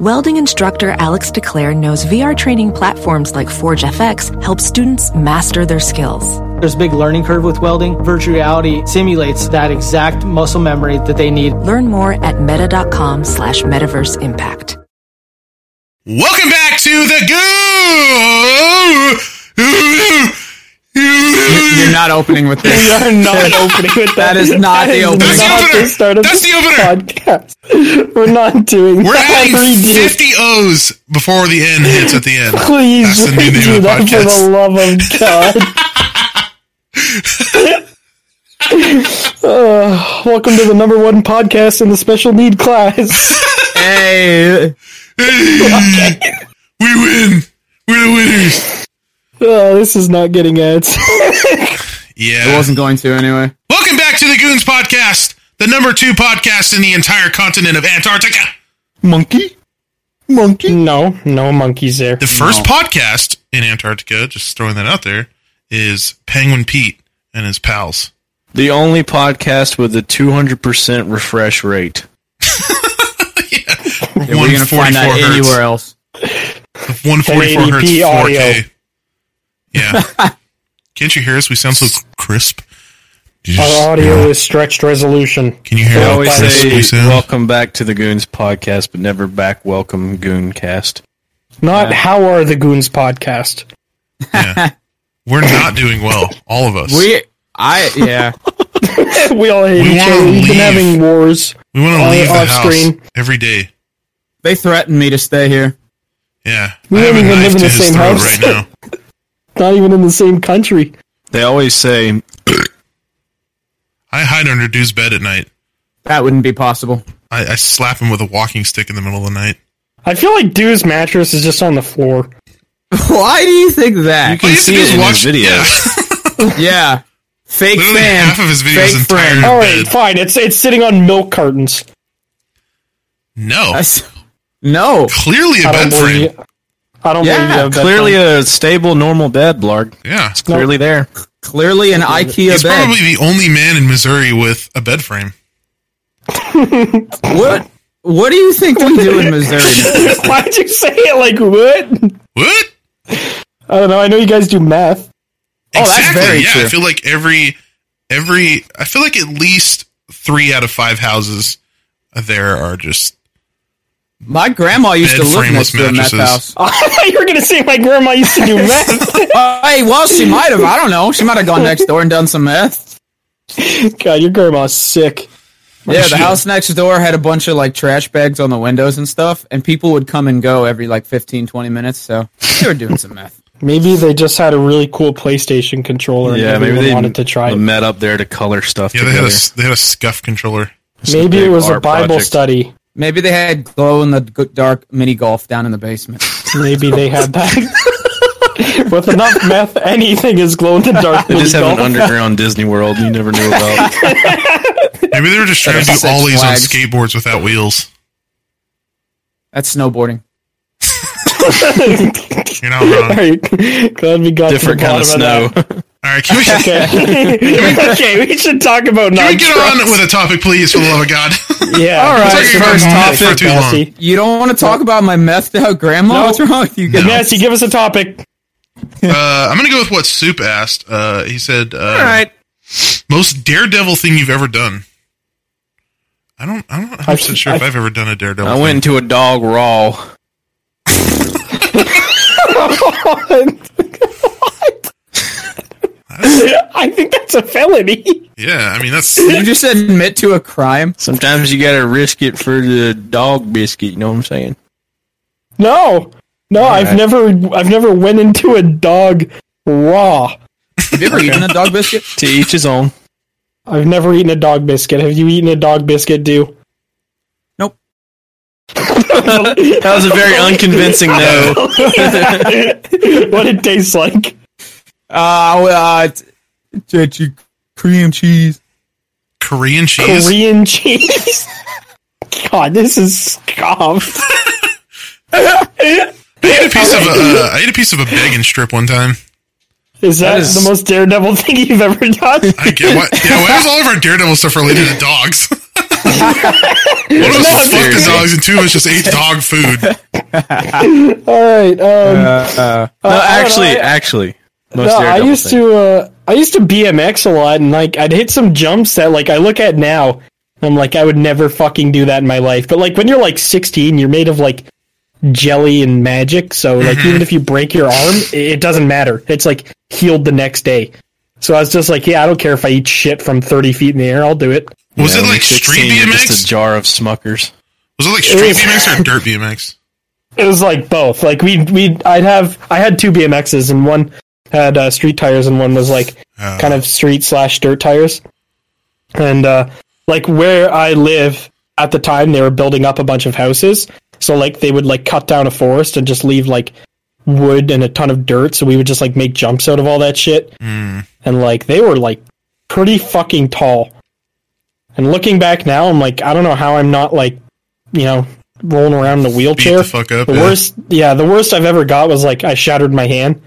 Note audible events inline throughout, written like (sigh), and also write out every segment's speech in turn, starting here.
Welding instructor Alex DeClaire knows VR training platforms like Forge FX help students master their skills. There's a big learning curve with welding. Virtual reality simulates that exact muscle memory that they need. Learn more at meta.com slash metaverse impact. Welcome back to the goo. You're not opening with this. We are not opening with that. That is not the opening. That's That's the opener. start of That's the opener. Podcast. We're not doing We're that. adding Redo- 50 O's before the end hits at the (laughs) end. Please That's the new redo name of the that for podcast. the love of God. Uh, welcome to the number one podcast in the special need class. (laughs) Hey, Hey, we win. We're the winners. Oh, this is not getting ads. I Yeah. wasn't going to anyway. Welcome back to the Goons Podcast, the number two podcast in the entire continent of Antarctica. Monkey? Monkey? No, no monkeys there. The first podcast in Antarctica, just throwing that out there, is Penguin Pete and his pals. The only podcast with a 200% refresh rate. Yeah, we're gonna find that anywhere else. 144 hertz, 1080p 4K. audio. (laughs) Yeah. Can't you hear us? We sound so crisp. Did you just- Our audio is stretched resolution. Can you hear They how always crisp say, we sound? welcome back to the Goons podcast, but never back welcome Gooncast. Not how are the goons podcast. (laughs) Yeah. We're not doing well, all of us. We, We, I, yeah. we all hate We each wanna other. We've leave. been having wars. want to All leave the off house screen. every day. They threatened me to stay here. Yeah. We I have don't a even knife live in to the his same throat house. right now. Not even in the same country. They always say, I hide under dude's bed at night. That wouldn't be possible. (laughs) I, I slap him with a walking stick in the middle of the night. I feel like Dew's mattress is just on the floor. Why do you think that? you can you have to see do is it in watch- his videos. yeah. (laughs) Fake Literally fan. half of (laughs) his videos fake entire- friend. All right, Bed. fine. It's it's sitting on milk cartons. No. That's- no. clearly a I bed don't believe frame. you. I don't Yeah, believe you have that. Clearly a stable, normal dad, Blarg. Yeah. No. Clearly there. Clearly an IKEA He's bed. probably the only man in Missouri with a bed frame. what? What do you think we do in Missouri? (laughs) Why'd you say it like what? What? I don't know. I know you guys do math. Oh, that's very yeah, I true. feel like every every I feel like at least three out of five houses there are just My grandma used Bed to live frameless next to a meth mattresses. house. (laughs) I thought (laughs) you were gonna say my grandma used to do math. Uh, hey, well, she might have. I don't know. She might have gone next door and done some meth. God, your grandma's sick. Yeah, the shit. house next door had a bunch of like trash bags on the windows and stuff, and people would come and go every like 15, 20 minutes. So they were doing some meth. Maybe they just had a really cool PlayStation controller and Yeah, everyone maybe they wanted to try it. met up there to color stuff yeah. They had together. a s- they had a scuff controller. Maybe it big was a art Bible project. study. Maybe they had glow in the g- dark mini golf down in the basement. Maybe they had that. (laughs) With enough meth, anything is glow in the dark. They just have mini an golf. (laughs) underground Disney World you never knew about. Maybe they were (laughs) just trying to do Six ollies Flags. on skateboards without wheels. That's snowboarding. You're (laughs) not wrong. All right, (laughs) glad we got Different to the kind of bottom snow. of that. All right, can (laughs) we, (laughs) can Okay. okay, we should talk about we non get on with a topic, please, for the love of (laughs) God? Yeah, All right, Let's talk first about topic. non-stick, For too long. Massey. You don't want to talk about my meth (laughs) out grandma? No. What's wrong with you guys? Massey, give us a (laughs) topic. uh, I'm gonna go with what Soup asked. Uh, he said, uh, All right. most daredevil thing you've ever done." I don't. I don't. I'm not I- sure if I've ever done a daredevil. I went into a dog raw. I think that's a felony. Thing. Yeah, I mean that's You just admit to a crime. Sometimes you gotta risk it for the dog biscuit, you know what I'm saying? No, no, I've never, I've never went into a dog raw. Have you ever eaten a dog biscuit? To each his own. I've never eaten a dog biscuit. Have you eaten a dog biscuit, do? Nope. That was a (laughs) very unconvincing no. (laughs) what it tastes like. Uh, well, uh, it's- it's your cream cheese. Korean cheese. Korean (laughs) cheese. God, this is scoff. I ate a piece of a, uh, I ate a piece of a bacon strip one time. Is that, is- the most daredevil (laughs) thing you've ever done? I get (laughs) what. Yeah, why is all of our Daredevil stuff related to dogs? (laughs) One of us fucked the dogs, and two of us just ate dog (laughs) food. All right. Um, No, I don't actually, know, I- actually, most no, I daredevil used thing. to. Uh, I used to BMX a lot, and like I'd hit some jumps that like I look at now, and I'm like I would never fucking do that in my life. But like when you're like 16, you're made of like jelly and magic, so like even if you break your arm, it, it doesn't matter. It's like healed the next day. So I was just like, yeah, I don't care if I eat shit from 30 feet in the air, I'll do it. Was Yeah, it when like you're street 16, you're Just a BMX? jar of Smuckers. Was it like street BMX or dirt (laughs) BMX? It was like both. Like we we I'd have I had two BMXs and one had uh, street tires and one was like Uh. kind of street slash dirt tires. And uh, like where I live at the time, they were building up a bunch of houses. So like they would like cut down a forest and just leave like wood and a ton of dirt. So we would just like make jumps out of all that shit. Hmm. And like they were like pretty fucking tall. And looking back now, I'm like I don't know how I'm not like you know rolling around in a wheelchair. fuck up, The yeah. worst, yeah, the worst I've ever got was like I shattered my hand.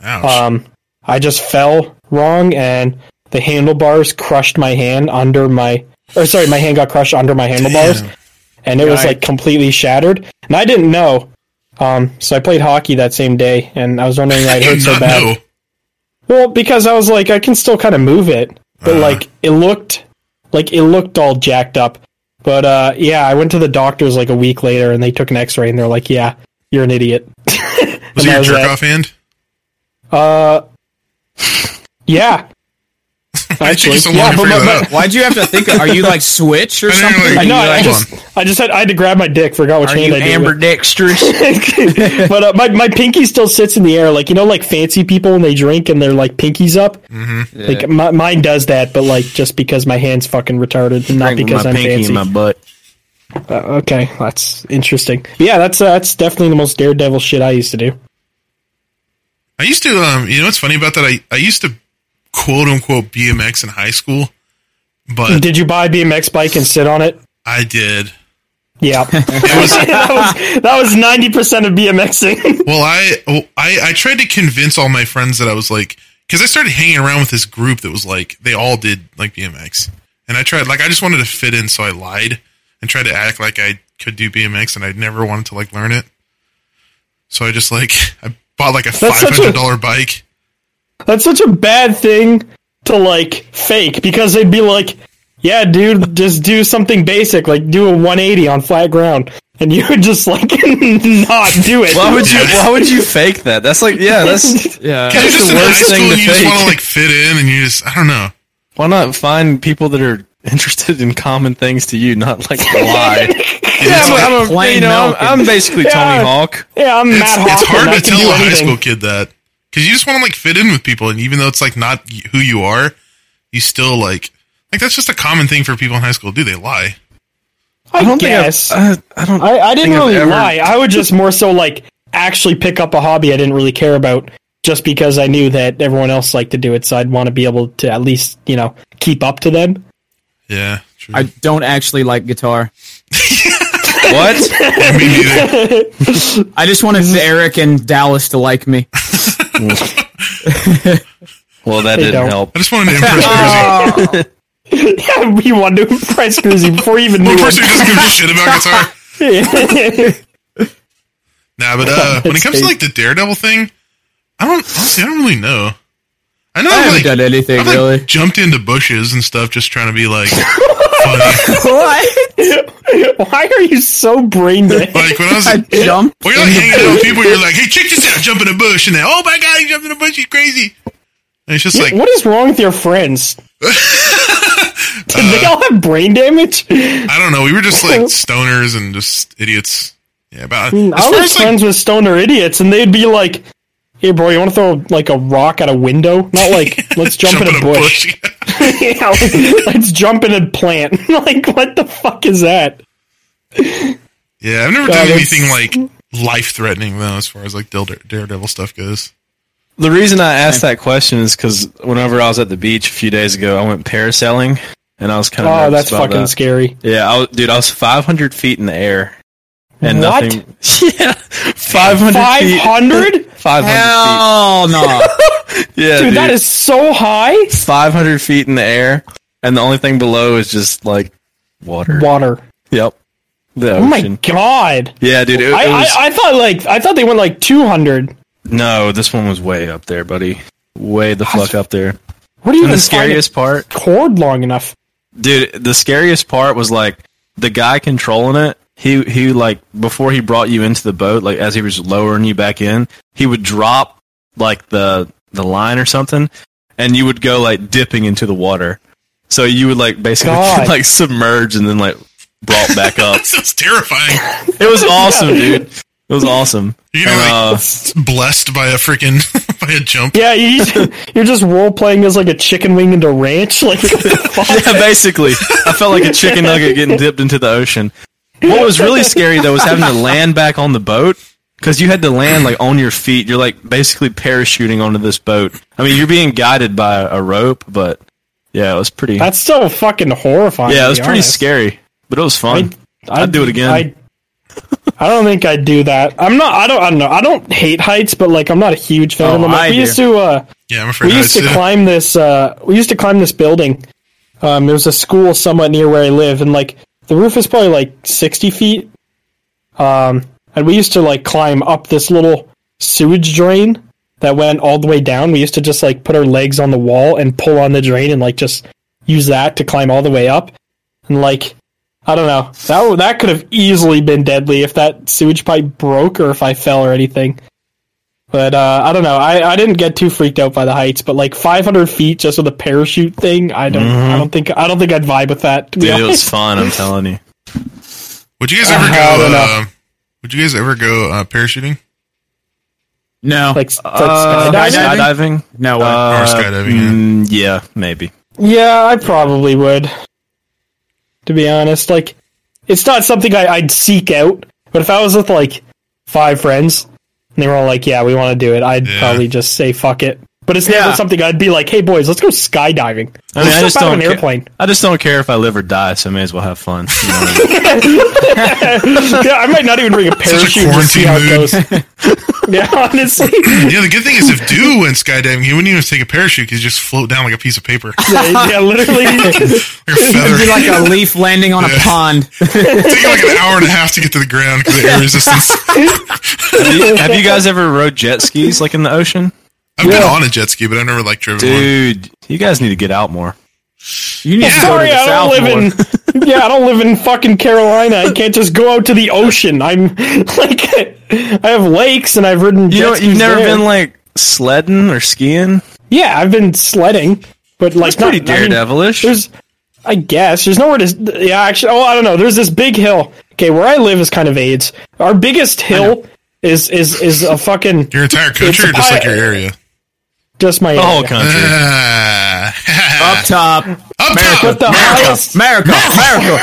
Ouch. Um, I just fell wrong, and the handlebars crushed my hand under my. Or sorry, my hand got crushed under my handlebars, and it was like completely shattered. And I didn't know. Um, so I played hockey that same day, and I was wondering why it I hurt did (laughs) so not bad. know. Well, because I was like, I can still kind of move it, but like it looked like it looked all jacked up. But uh, yeah, I went to the doctors like a week later, and they took an X-ray, and they're like, "Yeah, you're an idiot." Was it And that your was jerk that. off hand? Uh, Yeah, Why did it take you so long yeah, to but figure my- (laughs) that out? Why'd you have to think? Of, are you like Switch (laughs) or And then you're something? like, I know. I, I Hold just, I just had, I had to grab my dick. Forgot which are hand you I did. it with. (laughs) ambidextrous? but uh, my my pinky still sits in the air, like you know, like fancy people when they drink and they're like pinkies up. Like my, mine does that, but like just because my hand's fucking retarded, and not because I'm fancy. butt. Uh, okay, that's interesting. Yeah, that's uh, that's definitely the most daredevil shit I used to do. I used to, um, you know what's funny about that? I, I used to quote unquote BMX in high school, but Did you buy a BMX bike and sit on it? I did. Yeah, (laughs) (laughs) that was that was ninety percent of BMXing. Well, I, well, I, I tried to convince all my friends that I was like, because I started hanging around with this group that was like, they all did like BMX. And I tried, like, I just wanted to fit in, so I lied and tried to act like I could do BMX and I never wanted to, like, learn it. So I just, like, (laughs) I bought, like, a such a- $500 bike. that's such a bad thing to like fake because they'd be like, "Yeah, dude, just do something basic, like do a one eighty on flat ground," and (laughs) you would just like not do it. Why would you? Why would you fake that? That's like, (laughs) yeah, that's yeah. It's that's the worst thing to you just fake. want to, like, fit in and you just, I don't know. Why not find people that are interested in common things to you, not (laughs) like lie? yeah, It's I'm, like I'm a- plain you know, milk I'm, I'm basically Yeah. Tony Hawk. yeah, I'm It's, Matt Hoffman. it's hard I to can tell do a high anything. school kid that because you just want to, like, fit in with people. And even though it's, like, not y- who you are, you still, like, like, that's just a common thing for people in high school to do. They lie. I, don't think I've- guess. I, I don't. I, I didn't think I've really ever- lie. I would just more so like actually pick up a hobby I didn't really care about just because I knew that everyone else liked to do it, so I'd want to be able to at least, you know, keep up to them. (laughs) Yeah. True. I don't actually like guitar. what? Me neither. I just wanted Eric and Dallas to like me. (laughs) Well, that They didn't don't. help. I just wanted to (laughs) impress Oh. Cruzy. Yeah, we wanted to impress Cruzy before he even One knew person it. who doesn't give a shit about (laughs) guitar. (laughs) Nah, but uh, when it comes to like the Daredevil thing, I don't honestly, I don't really know. I know I I've haven't like, done anything (laughs) I've, like, really. jumped into bushes and stuff, just trying to be like funny. What? (laughs) Why are you so brain (laughs) dead? Like when I was, (laughs) I jumped. when you're like hanging out with people, you're like, "Hey, check this out! Jump in a bush!" And then, "Oh my god, he jumped in a bush! He's crazy!" And it's just like, what is wrong with your (laughs) friends? (laughs) Did they Uh, all have brain damage? I I don't know. We were just like stoners and just idiots. Yeah, about as far as was like friends with stoner idiots, and they'd be like, "Hey, bro, you want to throw like a rock at a window? Not (laughs) like let's jump, jumping in a bush. (laughs) Yeah, (laughs) let's jump in a plant. like, what the fuck is that? (laughs) Yeah, I've never God, done it's- anything like life threatening though, as far as like Dare- Daredevil stuff goes. (laughs) The reason I asked that question is because whenever I was at the beach a few days ago, I went parasailing, and I was kind of Oh, nervous that's about fucking that. scary. Yeah, I was, dude, I was 500 feet in the air, and What? (laughs) nothing. Yeah, 500 feet. 500? 500 feet. Hell no. (laughs) Yeah, Dude, that is so high. 500 feet in the air, and the only thing below is just like water. Water. Yep, the Oh my ocean. god. Yeah, dude, it, it I, was I, I thought like I thought they went like 200. no. This one was way up there, buddy. Way the fuck up there. What do you And even the find a scariest part cord long enough? dude the scariest part was like the guy controlling it he he like before he brought you into the boat like as he was lowering you back in he would drop like the the line or something and you would go like dipping into the water so you would like basically (laughs) God. like submerge and then like brought (laughs) back up That sounds terrifying. it was awesome dude it was awesome You know, And, uh, like blessed by a freaking (laughs) by a jump. Yeah, you, you're just role playing as like a chicken wing into ranch. (laughs) Like, what the fuck? (laughs) yeah, basically, I felt like a chicken nugget getting dipped into the ocean. What was really scary though was having to land back on the boat because you had to land like on your feet. You're like basically parachuting onto this boat. I mean, you're being guided by a rope, but yeah, it was pretty. that's so fucking horrifying. yeah, to it was be pretty honest. scary, but it was fun. I'd, do it again. I, I don't think I'd do that. I'm not. I don't. I don't know. I don't hate heights, but like I'm not a huge fan of Oh, them. Like, I we do. used to. Uh, Yeah, I'm afraid we I used to would, too. climb this. Uh, we used to climb this building. Um, there was a school somewhat near where I live, and like the roof is probably like 60 feet. Um, and we used to like climb up this little sewage drain that went all the way down. We used to just like put our legs on the wall and pull on the drain and like just use that to climb all the way up. And like, I don't know. That w- that could have easily been deadly if that sewage pipe broke or if I fell or anything. But uh, I don't know. I, I didn't get too freaked out by the heights, but like 500 feet just with a parachute thing, I don't I don't think I don't think I'd vibe with that. To be Mm-hmm. Dude, it honest. was fun. I'm telling you. Would you guys ever Uh, I go? don't know. Uh, would you guys ever go uh, parachuting No. like, s- like (laughs) Uh, skydiving? skydiving? no way. Uh, or skydiving? yeah? mm, yeah, maybe. Yeah, I probably would. To be honest, like it's not something I, I'd seek out. But if I was with like five friends and they were all like, "Yeah, we want to do it," I'd Yeah. probably just say, "Fuck it." But it's Yeah. never something I'd be like, "Hey, boys, let's go skydiving." I mean, Let's I jump out of just don't. an ca- airplane. (laughs) I just don't care if I live or die. So I may as well have fun. you know what I mean? yeah, I might not even bring a parachute and just see how it goes. quarantine (laughs) yeah, honestly, (laughs) Yeah, the good thing is if Dew went skydiving, he wouldn't even take a parachute. He'd just float down like a piece of paper, like (laughs) yeah, (laughs) yeah, literally. a It'd feather. be like a leaf landing on a pond. It'd take like an hour (laughs) and a half to get to the ground because of air resistance. Have you- have you guys ever rode jet skis like in the ocean? I've been on a jet ski, but I've never like driven one. Dude, you guys need to get out more. You need to go to (laughs) Sorry, the I don't south more. live in. (laughs) Yeah, I don't live in fucking Carolina. I can't just go out to the ocean. I'm (laughs) like, I have lakes and I've ridden. You jet know, skis you've never there. been like sledding or skiing. Yeah, I've been sledding, but like That's pretty not- I mean, daredevilish. there's, I guess, there's nowhere to. Yeah, actually, oh, I don't know. There's this big hill. Okay, where I live is kind of AIDS. Our biggest hill is is is a fucking Your entire country, or just like your area? just my. the whole area. (laughs) country. Ah. Up top. Up top. (laughs) But the highest. America. America.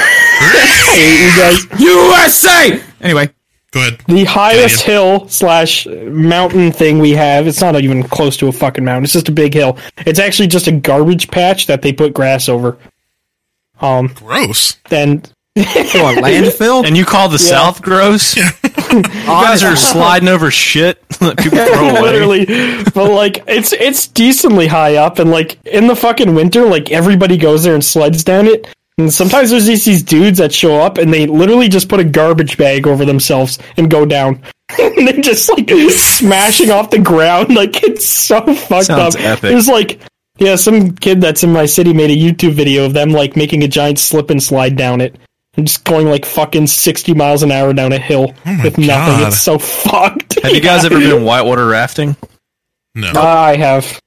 You guys, USA. Anyway, Go ahead. The highest Yeah, hill slash mountain thing we have. It's not even close to a fucking mountain. It's just a big hill. It's actually just a garbage patch that they put grass over. Um, Gross. and to a landfill. And you call the (laughs) South gross? You guys are sliding over shit (laughs) that people (laughs) throw away. literally, but like it's it's decently high up, and like in the fucking winter, like everybody goes there and sleds down it. And sometimes there's these, these dudes that show up and they literally just put a garbage bag over themselves and go down. (laughs) and they're just like smashing off the ground. Like it's so fucked Sounds up. epic. There's like yeah, some kid that's in my city made a YouTube video of them like making a giant slip and slide down it. And just going like fucking sixty miles an hour down a hill with nothing. God. It's so (laughs) fucked. Oh Have you guys Yeah. ever (laughs) been whitewater rafting? No. I have.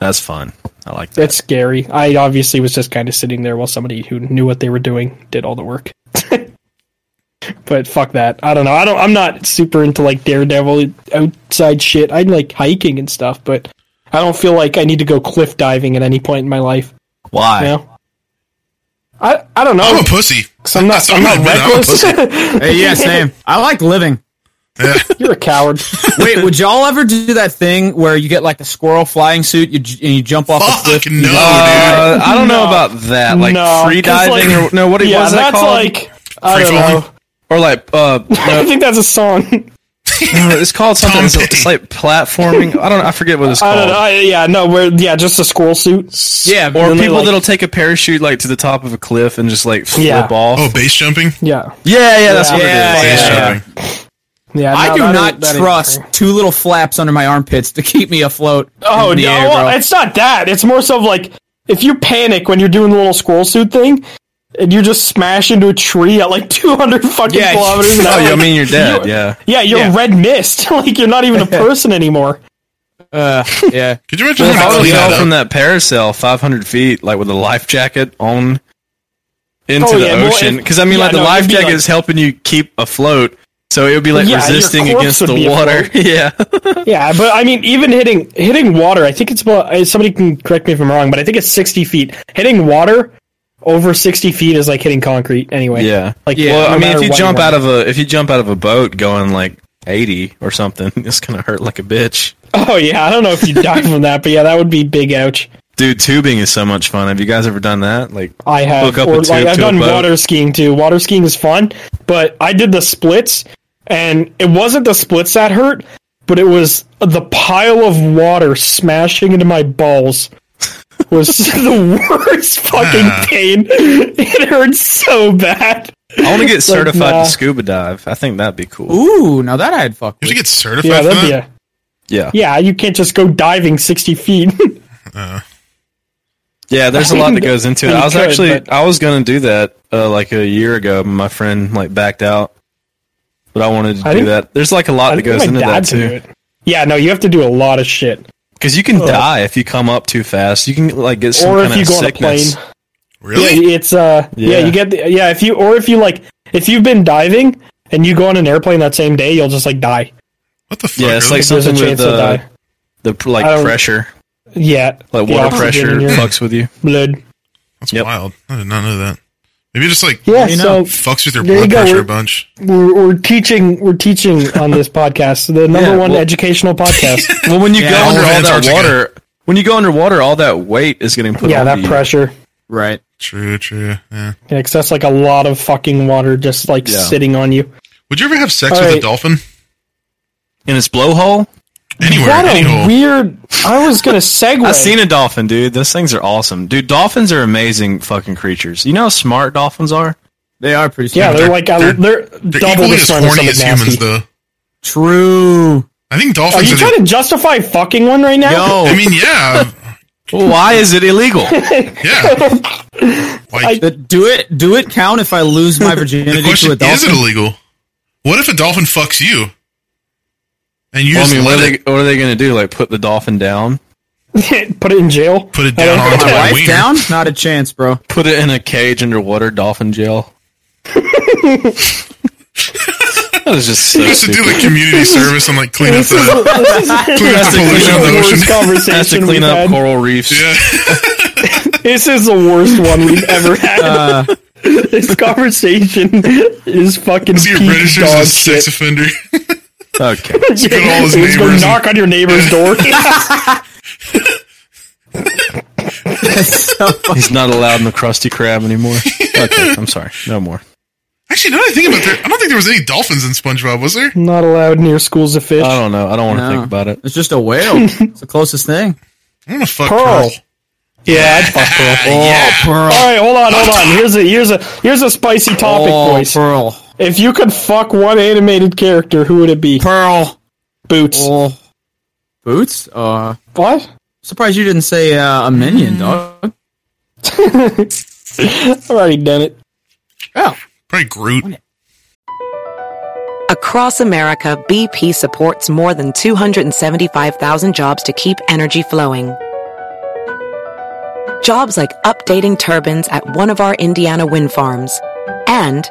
That's fun. I like that. It's scary. I obviously was just kind of sitting there while somebody who knew what they were doing did all the work. (laughs) but fuck that. I don't know. I don't. I'm not super into like daredevil outside shit. I like hiking and stuff, but I don't feel like I need to go cliff diving at any point in my life. Why? You know. I I don't know. I'm a pussy. Because (laughs) I'm not, I'm not I've been out of (laughs) reckless. Hey, yeah, same. Uh, I like living. You're a (laughs) coward. Wait, would y'all ever do that thing where you get like a squirrel flying suit you, j- and you jump off a cliff? Fuck no, dude. Uh, I don't know about that. Like No, free 'cause, like- diving or no? What do (laughs) you yeah, was that that's called? like I Free don't falling? know. or like uh, (laughs) I no, think that's a song. (laughs) no, it's called something. Tom It's, Petty. it's like platforming. I don't. know. I forget what it's I don't know. called. I, yeah, no, we're yeah, just a squirrel suit. Yeah, Or Then they, people like- that'll take a parachute like to the top of a cliff and just like flip Yeah. off. Oh, base jumping? Yeah, yeah, yeah, that's what it is. Yeah, Base yeah, yeah. jumping. yeah. I no, do that not ain't- that ain't trust fair. two little flaps under my armpits to keep me afloat. Oh in the no, air, bro. it's not that. It's more so of like if you panic when you're doing the little squirrel suit thing. And you just smash into a tree at like (laughs) 200 fucking Yeah. kilometers (laughs) an Oh, hour. yeah, I mean you're dead. yeah. yeah, you're a red mist. (laughs) like you're not even a person anymore. Uh, yeah. Could you imagine Well, if I having to would clean fell that from up? that parasail 500 feet, like with a life jacket on, into Oh, the yeah, well, ocean, if- because I mean, yeah, like the no, life it'd be jacket like- is helping you keep afloat, so it would be like Yeah, your resisting corpse against would the be water. (laughs) yeah, Yeah, but I mean, even hitting hitting water, I think it's about. uh, Somebody can correct me if I'm wrong, but I think it's 60 feet. Hitting water over 60 feet is like hitting concrete. Anyway, yeah. Like, no well, I mean, matter if you what jump you're out of a if you jump out of a boat going like 80 or something, (laughs) it's gonna hurt like a bitch. (laughs) Oh yeah, I don't know if you (laughs) die from that, but yeah, that would be big ouch. Dude, tubing is so much fun. Have you guys ever done that? Like, I have, Hook up or a like tube I've to a done boat. water skiing too. Water skiing is fun, but I did the splits, and it wasn't the splits that hurt, but it was the pile of water smashing into my balls was (laughs) the worst (laughs) fucking pain. It hurt so bad. I want to get like, certified nah. to scuba dive. I think that'd be cool. Ooh, now that I'd fuck You have to with. get certified Yeah, for that'd be that? a Yeah, yeah. You can't just go diving sixty feet. (laughs) Yeah, there's a lot that goes into it. You I was could, actually but- I was gonna do that uh, like a year ago. but My friend like backed out, but I wanted to I do think- that. There's like a lot I that think goes my into dad that can do too. it. Yeah, no, you have to do a lot of shit, Because you can die if you come up too fast. You can like get some or kind if you of go sickness. on a plane. Really? Yeah, it's uh yeah. Yeah. you get the, yeah, if you or if you like if you've been diving and you go on an airplane that same day, you'll just like die. What the fuck? Yeah, it's really? like There's a something with chance you'll uh, die. the pr- like I don't- pressure, Yeah. like the water oxygen pressure in your (laughs) fucks with you. blood. That's Yep. wild. I did not know that. Maybe it just like Yeah, you so know. fucks with your There you blood go. pressure We're- a bunch. we're, we're teaching we're teaching on this podcast, the number Yeah, one well- educational podcast. Well, when you go all under over all that Antarctica. water, when you go underwater, all that weight is getting put. yeah, on that you. pressure. Right. True, true. Yeah. Yeah, 'cause that's like a lot of fucking water just like Yeah. sitting on you. Would you ever have sex All with a right. dolphin? in its blowhole. Anywhere, What any a hole. weird I was gonna segue. I've seen a dolphin, dude. Those things are awesome, dude. Dolphins are amazing fucking creatures. You know how smart dolphins are. They are pretty yeah, smart. they're, like they're, they're, They're double equally the as smart as horny as something humans, nasty. though. True. I think Are dolphins you are. trying The, to justify fucking one right now? I Yo, mean, yeah, Why is (laughs) it (laughs) illegal? yeah. Like, the- do it. Do it count if I lose my virginity the to question a is: dolphin? It illegal? What if a dolphin fucks you? And you Well, I just mean, what let are, it they, what are they going to do? Like, put the dolphin down? (laughs) Put it in jail. put it I down don't know. onto my a wife wiener. down? Not a chance, bro. Put it in a cage underwater, dolphin jail? (laughs) that is just (laughs) so You used to (laughs) do stupid. like community service and like clean up This is, the this clean up is the pollution of the the worst ocean. conversation (laughs) Has to we've clean up had. coral reefs. Yeah. This is the worst one we've (laughs) ever had. Uh, this conversation is (laughs) fucking See, peak registers dog as a sex shit. offender. (laughs) Okay. go to all his He's gonna neighbors knock on your (laughs) neighbor's door. He's not allowed in the Krusty Krab anymore. Okay, I'm sorry. No more. Actually, now that I think about it, I don't think there was any dolphins in SpongeBob, was there? Not allowed near schools of fish. I don't know. I don't want to No. think about it. It's just a (laughs) whale. it's the closest thing. I'm gonna fuck Pearl. Pearl. yeah, I'd fuck Pearl. Uh, Yeah. Oh, Pearl. All right, hold on, hold on. Here's a here's a here's a spicy topic, Oh, boys. Pearl. If you could fuck one animated character, who would it be? Pearl. Boots. Oh. Boots? Uh, What? (laughs) surprised you didn't say uh, a minion, dog. I've already done it. Oh. Probably Groot. Across America, BP supports more than 275,000 jobs to keep energy flowing. Jobs like updating turbines at one of our Indiana wind farms and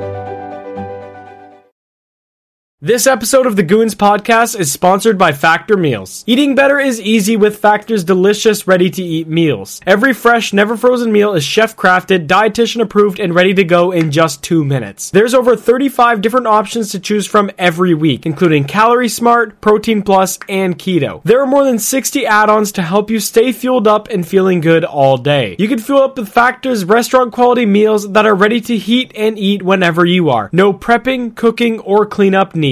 This episode of the Goons Podcast is sponsored by Factor Meals. Eating better is easy with Factor's delicious, ready to eat meals. Every fresh, never frozen meal is chef crafted, dietitian approved, and ready to go in just two minutes. There's over 35 different options to choose from every week, including Calorie Smart, Protein Plus, and Keto. There are more than 60 add ons to help you stay fueled up and feeling good all day. You can fuel up with Factor's restaurant quality meals that are ready to heat and eat whenever you are. No prepping, cooking, or cleanup needed.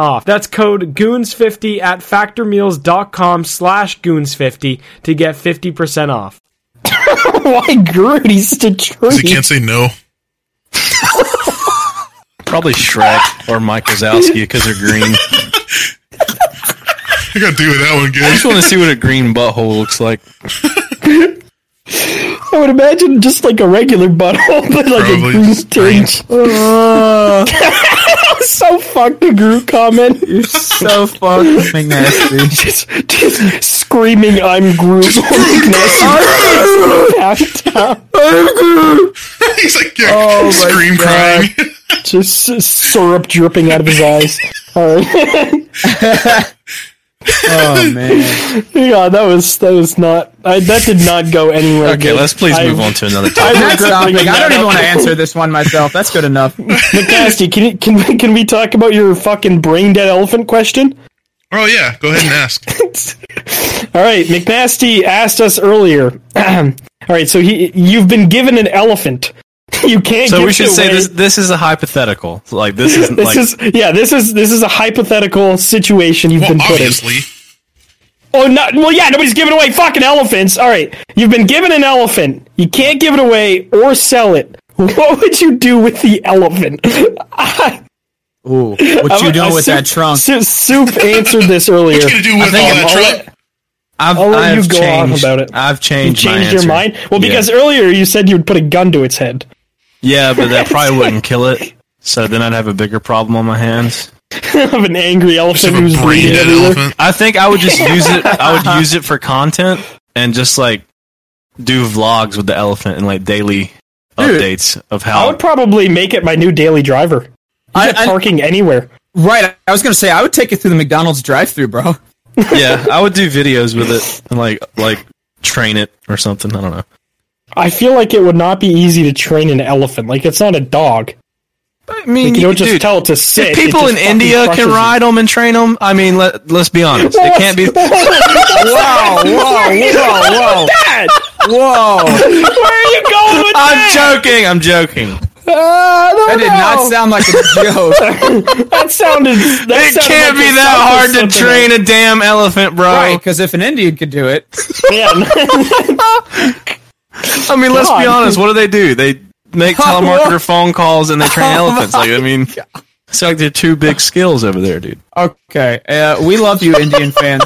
off. That's code goons50 at factormeals.com slash goons50 to get 50% off. Why Groot? He's the He tree. can't say no. (laughs) Probably Shrek or Mike Wazowski because they're green. I I gotta do with that one just good. want to see what a green butthole looks like. I would imagine just like a regular butthole, (laughs) but like Probably a Groot just tinge. (laughs) so fuck the Groot comment. (laughs) You're so fucking nasty. just, just screaming, "I'm (laughs) Groot!" (laughs) Half down. (laughs) He's like yeah, scream crying. (laughs) just s- syrup dripping out of his eyes. (laughs) All right. (laughs) Oh man. yeah, that was that was not. I, that did not go anywhere. Okay, good. let's please I- move on to another I topic. regret Next topic. bringing I that (laughs) don't even up. want to answer this one myself. That's good (laughs) enough. McNasty, can, you- can we- can we talk about your fucking brain dead elephant question? Oh yeah, go ahead and ask. All right, McNasty asked us earlier. (clears throat) All right, so he you've been given an elephant. (laughs) You can't. So give we should it say away. this. This is a hypothetical. Like this is This like is yeah. This is this is a hypothetical situation you've Well, been put in. obviously, Oh no! Well, yeah, nobody's giving away fucking elephants. All right, you've been given an elephant. You can't give it away or sell it. (laughs) What would you do with the elephant? (laughs) Ooh, what you I'm- doing uh, with Soup- that trunk? Soup, Soup answered this earlier. what you gonna do with all think I'm that all truck? I've, I'll let I've you go on changed. about it. I've changed. my Changed your answer. mind? Well, Yeah. because earlier you said you would put a gun to its head. (laughs) yeah, but that probably wouldn't kill it. So then I'd have a bigger problem on my hands. of an angry Just have elephant a who's brain bleeding dead everywhere. elephant. I think I would just use it. I would use it for content and just like do vlogs with the elephant and like daily updates of I how. would probably make it my new daily (laughs) driver. You I- get I- parking anywhere. Right. I was gonna say I would take it through the McDonald's drive-through, bro. (laughs) yeah, I would do videos with it and like like train it or something. I don't know. I feel like it would not be easy to train an elephant. Like it's not a dog. I mean, Like, you don't just dude, tell it to sit. If it people just in fucking India crushes can it. ride them and train them, I mean, let, let's be honest. It can't (laughs) be. Whoa, Oh, (laughs) whoa, whoa, Dad, whoa! where are you going with I'm that? joking. I'm joking. Uh, no, That did no. not sound like (laughs) a joke. That sounded. That It sounded can't like be it sounded that hard to something train a damn elephant, bro. Right, Oh, because if an Indian could do it, else. (laughs) Man. I mean, let's God. be Oh, honest. What do they do? They (laughs) make telemarketer phone calls and they train elephants. Like, I mean, it's like they're two big skills over there, dude. okay. Uh, we love you, Indian fans.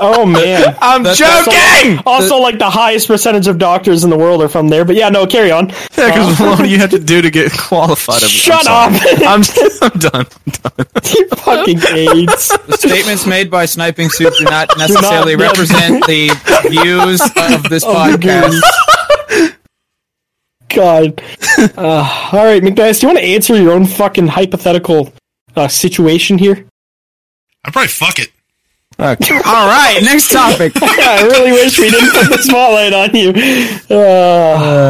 oh man. I'm that's joking. Also, like the highest percentage of doctors in the world are from there. But yeah, no, carry on. (laughs) Yeah, because what do you have to do to get qualified? I'm- I'm Shut up. sorry. I'm, (laughs) I'm done. you fucking AIDS. The statements made by Sniping Soup do not necessarily not- represent the views (laughs) of this podcast. God. (laughs) Uh, all right, McDice, do you want to answer your own fucking hypothetical uh, situation here? (laughs) I'd probably fuck it. All right, next topic. I really wish we didn't put the spotlight on you. Oh,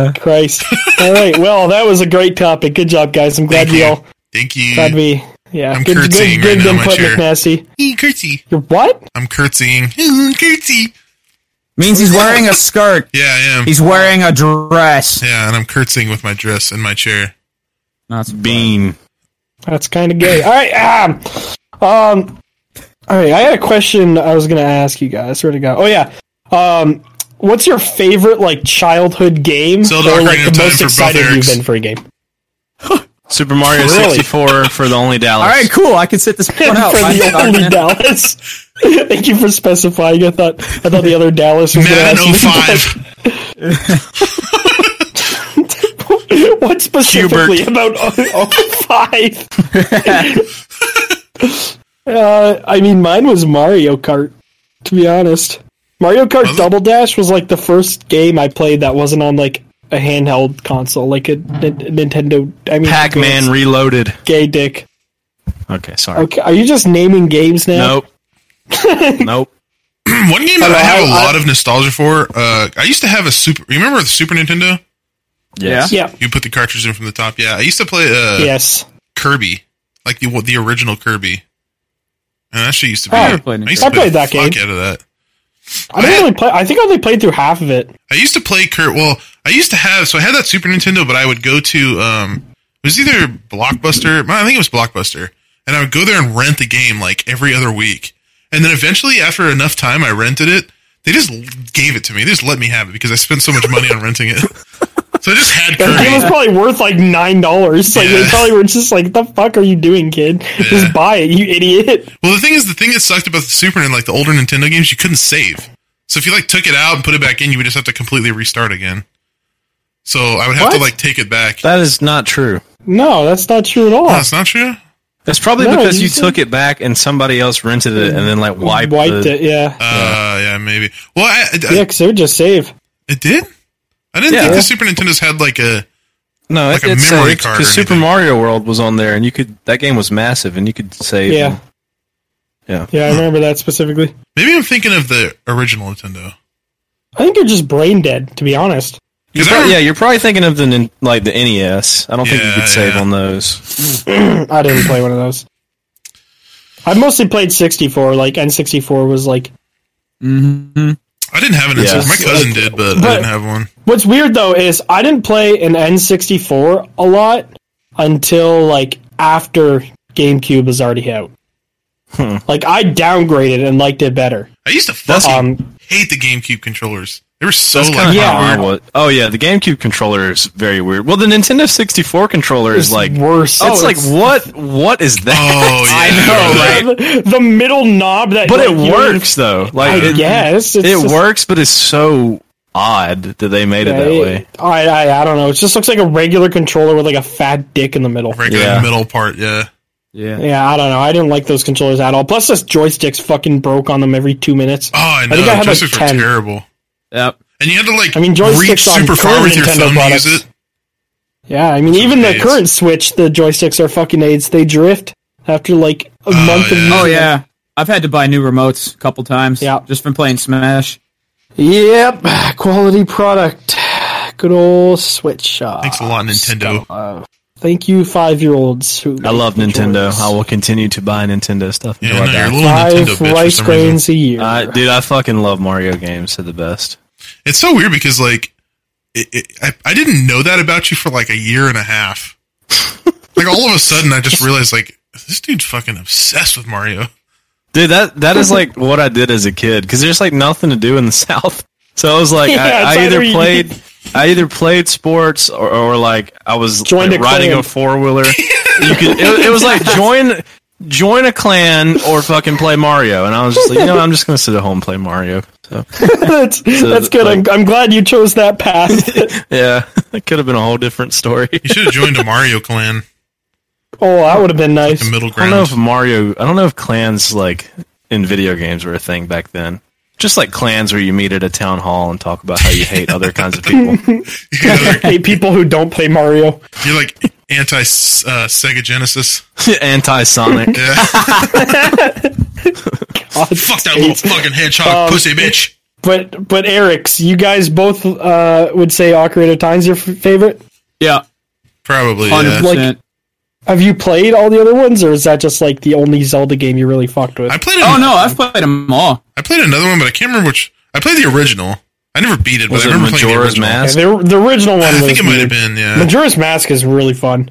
Uh. Christ. All right, well, that was a great topic. Good job, guys. I'm glad Thank we you. all. Thank you. Glad we. Yeah, I'm good, curtsying right good, good now in my input, chair. McNasty. Hey, curtsy. You're what? I'm curtsying. (laughs) curtsy. Means he's wearing a skirt. Yeah, I am. He's wearing a dress. yeah, and I'm curtsying with my dress in my chair. (clears throat) That's Bean. That's kind of gay. All right. Um, um, all right. I had a question I was going to ask you guys. Where to go? Oh yeah. Um, what's your favorite like childhood game Zelda or Ocarina like of the Time most for both excited you've Erics. been for a game? Super Mario Really? 64 for the only Dallas. All right, cool. I can sit this one out. for I'm the sorry, only man. Dallas. (laughs) Thank you for specifying. I thought I thought the other Dallas was Madden gonna ask 05. me (laughs) what- What specifically about 05? (laughs) uh, I mean, mine was Mario Kart. To be honest, Mario Kart Was it? Double Dash was like the first game I played that wasn't on like a handheld console, like a, Nin- Nintendo. I mean, Pac Man it's Reloaded. Gay dick. Okay, sorry. Okay, are you just naming games now? (laughs) Nope. nope. One game that I have a Hello, I- lot of nostalgia for. Uh, I used to have a super. You remember the Super Nintendo? Yes. Yeah. You put the cartridge in from the top. Yeah, I used to play uh, Yes. Kirby, like the the original Kirby. And that shit used to be. Oh, I I, never played Nintendo. used to I play played the that fuck game. Out of that. I didn't really play. I think I only played through half of it. I used to play Kurt. Well, I used to have so I had that Super Nintendo, but I would go to um, it was either Blockbuster. I think it was Blockbuster, and I would go there and rent the game like every other week. And then eventually, after enough time, I rented it. They just l- gave it to me. They just let me have it because I spent so much money on renting it. (laughs) So I just had The game was Kirby. probably worth like nine dollars. Like they Yeah. probably were just like, "The fuck are you doing, kid? Yeah. Just buy it, you idiot." Well, the thing is, the thing that sucked about the Super and like the older Nintendo games, you couldn't save. So if you like took it out and put it back in, you would just have to completely restart again. So I would have to What? like take it back. Oh, That is not true. No, that's not true at all. That's not true. That's probably No, because you you said- took it back and somebody else rented it and then like wiped, Wiped the- it, yeah, Uh, yeah, maybe. Well, I, I, Yeah, 'cause they would just save. It did. I didn't Yeah. think the Super Nintendo's had like a. No, Like like a it's memory saved card or because Super anything. Mario World was on there and you could that game was massive and you could save. Yeah, Yeah. yeah, I remember that specifically. Maybe I'm thinking of the original Nintendo. I think you're just brain dead, to be honest. You're Because prob- I, yeah, yeah, you're probably thinking of the nin- like the NES. I don't think you Yeah, could save yeah. on those. I didn't play one of those. I mostly played 64. Like N64 was like I didn't have an Yeah. N64. My cousin did, but, I But- didn't have one. What's weird though is I didn't play an N64 a lot until like after GameCube was already out. Hmm. Like I downgraded and liked it better. I used to fucking Um, hate the GameCube controllers. They were so That's kind like of Yeah. how mine was. Oh yeah, the GameCube controller is very weird. Well, the Nintendo 64 controller is It's like oh, worse. It's like what? What is that? (laughs) Oh yeah, I know, right? the, (laughs) the middle knob that. But like, it you- works though. I Like it, guess it's it just- works, but it's so odd that they made it that way. I, I I don't know. It just looks like a regular controller with like a fat dick in the middle. Regular Yeah. middle part. Yeah. Yeah. Yeah, I don't know. I didn't like those controllers at all. Plus, this joysticks fucking broke on them every two minutes. Oh, I know. think I had, like, joysticks 10. were terrible, Yep. and you had to like I mean, joysticks reach on super far current with your Nintendo thumb products. to use it. Yeah, I mean, even the AIDS. current Switch, the joysticks are fucking AIDS. They drift after like a month of yeah. using Oh them. yeah. I've had to buy new remotes a couple times. Yeah. Just from playing Smash. Yep, quality product. Good old Switch shop. Thanks a lot, Nintendo. Thank you, five year olds. who I make love Nintendo. controllers. I will continue to buy Nintendo stuff. Yeah, until I no, you're a die. little Nintendo Five bitch for rice some reason. grains a year. I, dude, I fucking love Mario games. They're the best. It's so weird because like it, it, I I didn't know that about you for like a year and a (laughs) half. like all of a sudden, I just realized like this dude's fucking obsessed with Mario. Dude, that that (laughs) is like what I did as a kid because there's like nothing to do in the (laughs) South. So I was like, Yeah, it's I, I either either you- (laughs) played, I either played sports or, or like I was Joined like, a riding clan. a four wheeler. you could, it, it was (laughs) like join, join a clan or fucking play Mario. And I was just like, you know, what, I'm just gonna sit at home and play Mario. So that's that's good. I'm, I'm glad you chose that path. (laughs) yeah, it could have been a whole different story. You should have joined a Mario clan, oh, that would have been nice. the middle I don't know ground. if Mario. I don't know if clans like in video games were a thing back then. Just like clans where you meet at a town hall and talk about how you hate other kinds (laughs) of people. Hey, people who don't play Mario. You're like anti uh, Sega Genesis. (laughs) (laughs) Anti Sonic. Yeah. (laughs) Fuck that little fucking hedgehog pussy bitch. But but Eric's, you guys both uh, would say Ocarina of Time's your f- favorite. Yeah. Probably. Hundred Yeah. percent. Have you played all the other ones, or is that just like the only Zelda game you really fucked with? I played. An- Oh no, I've played them all. I played another one, but I can't remember which. I played the original. I never beat it, but Was I it remember playing the Majora's original. Mask? the, the original one I was. think it might have been. weird. Yeah. Majora's Mask is really fun.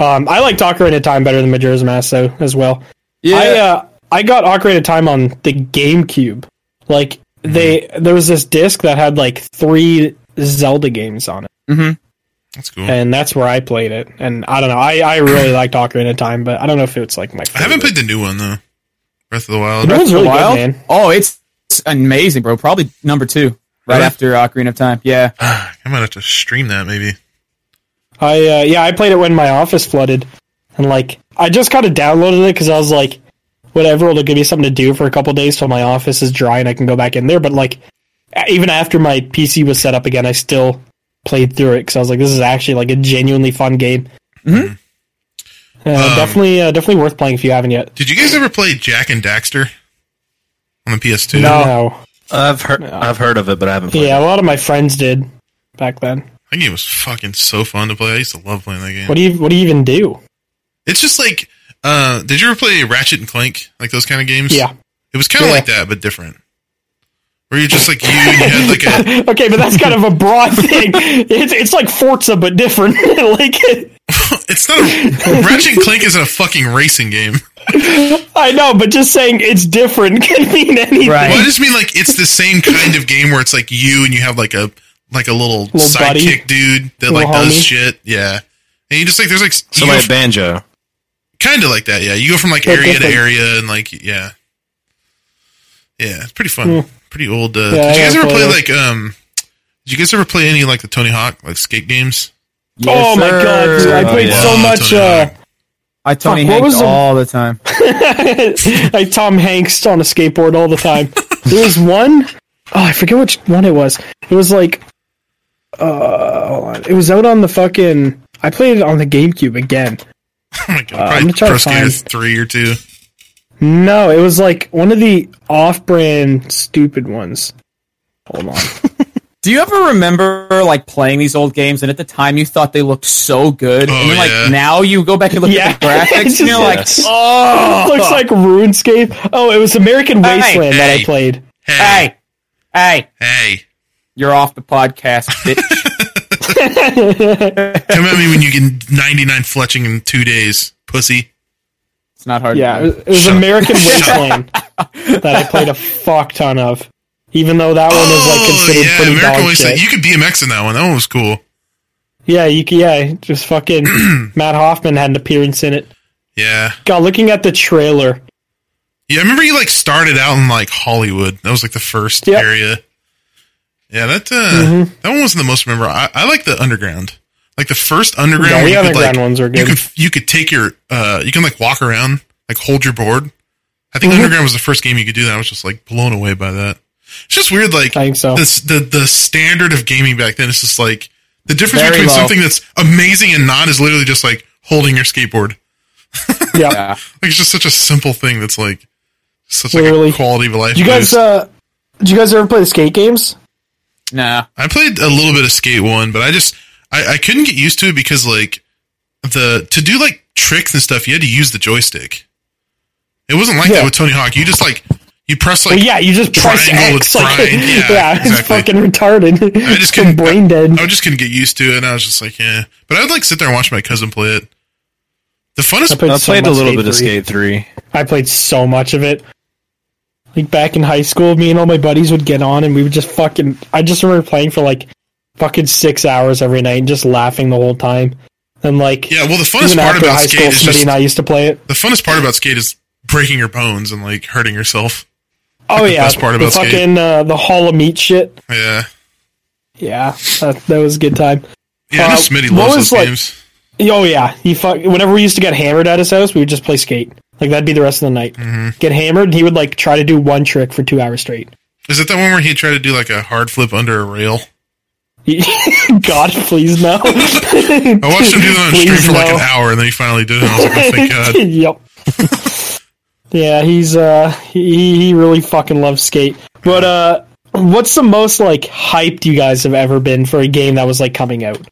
Um, I liked Ocarina of Time better than Majora's Mask though, as well. Yeah. I uh, I got Ocarina of Time on the GameCube. Like Mm-hmm. they, there was this disc that had like three Zelda games on it. That's cool. and that's where I played it. And I don't know, I, (clears throat) I really liked Ocarina of Time, but I don't know if it's like my. Favorite. I haven't played the new one though. Breath of the Wild. That one's really Wild? good, man. Oh, it's, it's amazing, bro. Probably number two, right Really? after Ocarina of Time. Yeah, (sighs) I might have to stream that maybe. I uh, yeah, I played it when my office flooded, and like I just kind of downloaded it because I was like, whatever, it'll give me something to do for a couple days till my office is dry and I can go back in there. But like, a- even after my PC was set up again, I still played through it because I was like, this is actually like a genuinely fun game. Mm-hmm. Uh, definitely, uh, definitely worth playing if you haven't yet. Did you guys ever play Jack and Daxter on the PS2? No. I've heard I've heard of it, but I haven't played. Yeah, it. a lot of my friends did back then. That game was fucking so fun to play. I used to love playing that game. What do you What do you even do? It's just like, uh, did you ever play Ratchet and Clank? Like those kind of games? Yeah. It was kind of Yeah. like that, but different. Where you're just like you and you had like a. (laughs) Okay, but that's kind of (laughs) a broad thing. It's it's like Forza but different. (laughs) like It's not a. Ratchet and Clank isn't a fucking racing game. I know, but just saying it's different (laughs) can mean anything. Well, I just mean like it's the same kind of game where it's like you and you have like a like a little, buddy. sidekick dude that Little like does homie. shit. Yeah. And you just like there's like So like banjo. kind of like that. Yeah. You go from like They're area different. to area and like yeah. Yeah, it's pretty fun. Pretty old. Uh, Hmm. Yeah, did you I guys gotta ever play play that. like um? Did you guys ever play any like the Tony Hawk like skate games? (laughs) oh my Yes, god, dude, sir. I played yeah. so much. Totally. Uh, I Tony Fuck, what was Hanks the- all the time. uh, (laughs) like Tom Hanks on a skateboard all the time. there was one oh I forget which one it was. It was like, uh, hold on. it was out on the fucking. I played it on the GameCube again. Oh my god! Uh, I'm Probably gonna try to Pro Skater find- three or two. No, it was like one of the off-brand stupid ones. Hold on. Do you ever remember like playing these old games and at the time you thought they looked so good Oh, and then, like yeah. now you go back and look Yeah. at (laughs) the (laughs) graphics and you're like Yes. oh looks like RuneScape. Oh, it was American Hey, Wasteland that hey. I played. hey hey hey, you're off the podcast (laughs) bitch come at me when you get 99 fletching in two days, pussy. it's not hard Yeah, to do. it was Shut up. (laughs) American Shut up. Wasteland that I played a fuck ton of. Even though that one is like Oh considered yeah, pretty American dog Wasteland. shit. You could BMX in that one. That one was cool. yeah, you, c- yeah, just fucking (clears throat) Matt Hoffman had an appearance in it. Yeah, God, looking at the trailer, yeah. I remember you like started out in like Hollywood. That was like the first Yep. Mm-hmm. area. Yeah, that uh, that one wasn't the most memorable. I, I like the underground. Like the first underground. Yeah, where the you could, underground like- ones are You good. could you could take your uh, you can like walk around, like hold your board. I think Mm-hmm. underground was the first game you could do that. I was just like blown away by that. It's just weird, like I think so. this- the the standard of gaming back then is just like the difference Very between low. something that's amazing and not is literally just like holding your skateboard. yeah. yeah Like it's just such a simple thing that's like such Literally. like a quality of life. Did you guys, boost. uh, did you guys ever play the skate games? nah I played a little bit of Skate One, but I just I, I couldn't get used to it because like the to do like tricks and stuff, you had to use the joystick. It wasn't like that Yeah. with Tony Hawk. You just like you press like Well, yeah, you just press triangle X. with Like, (laughs) grind. Yeah, yeah, it's exactly. fucking retarded. I just couldn't brain dead. I, I just couldn't get used to it, and I was just like, yeah. But I would like sit there and watch my cousin play it. The funnest I so played a much little bit of 3. Skate Three. I played so much of it. Like back in high school, me and all my buddies would get on and we would just fucking. I just remember playing for like fucking six hours every night and just laughing the whole time. And like, yeah. Well, the funnest even part after about high school, skate is Smitty just and I used to play it. the funnest part about skate is breaking your bones and like hurting yourself. (laughs) Oh, the yeah. best part the about skate. fucking uh, the Hall of Meat shit. Yeah, Yeah, that, that was a good time. yeah. I know Uh, Smitty what loves was, those like- games. Oh, yeah. He fuck, whenever we used to get hammered at his house, we would just play skate. Like, that'd be the rest of the night. Mm-hmm. Get hammered, and he would like try to do one trick for two hours straight. (laughs) Is it that one where he tried to do like a hard flip under a rail? God, (laughs) please, no. I watched him do that on stream Please for like no. an hour, and then he finally did it. And I was like, oh, (laughs) thank God. yep. yeah, he's uh he he really fucking loves skate. But uh what's the most like hyped you guys have ever been for a game that was like coming out?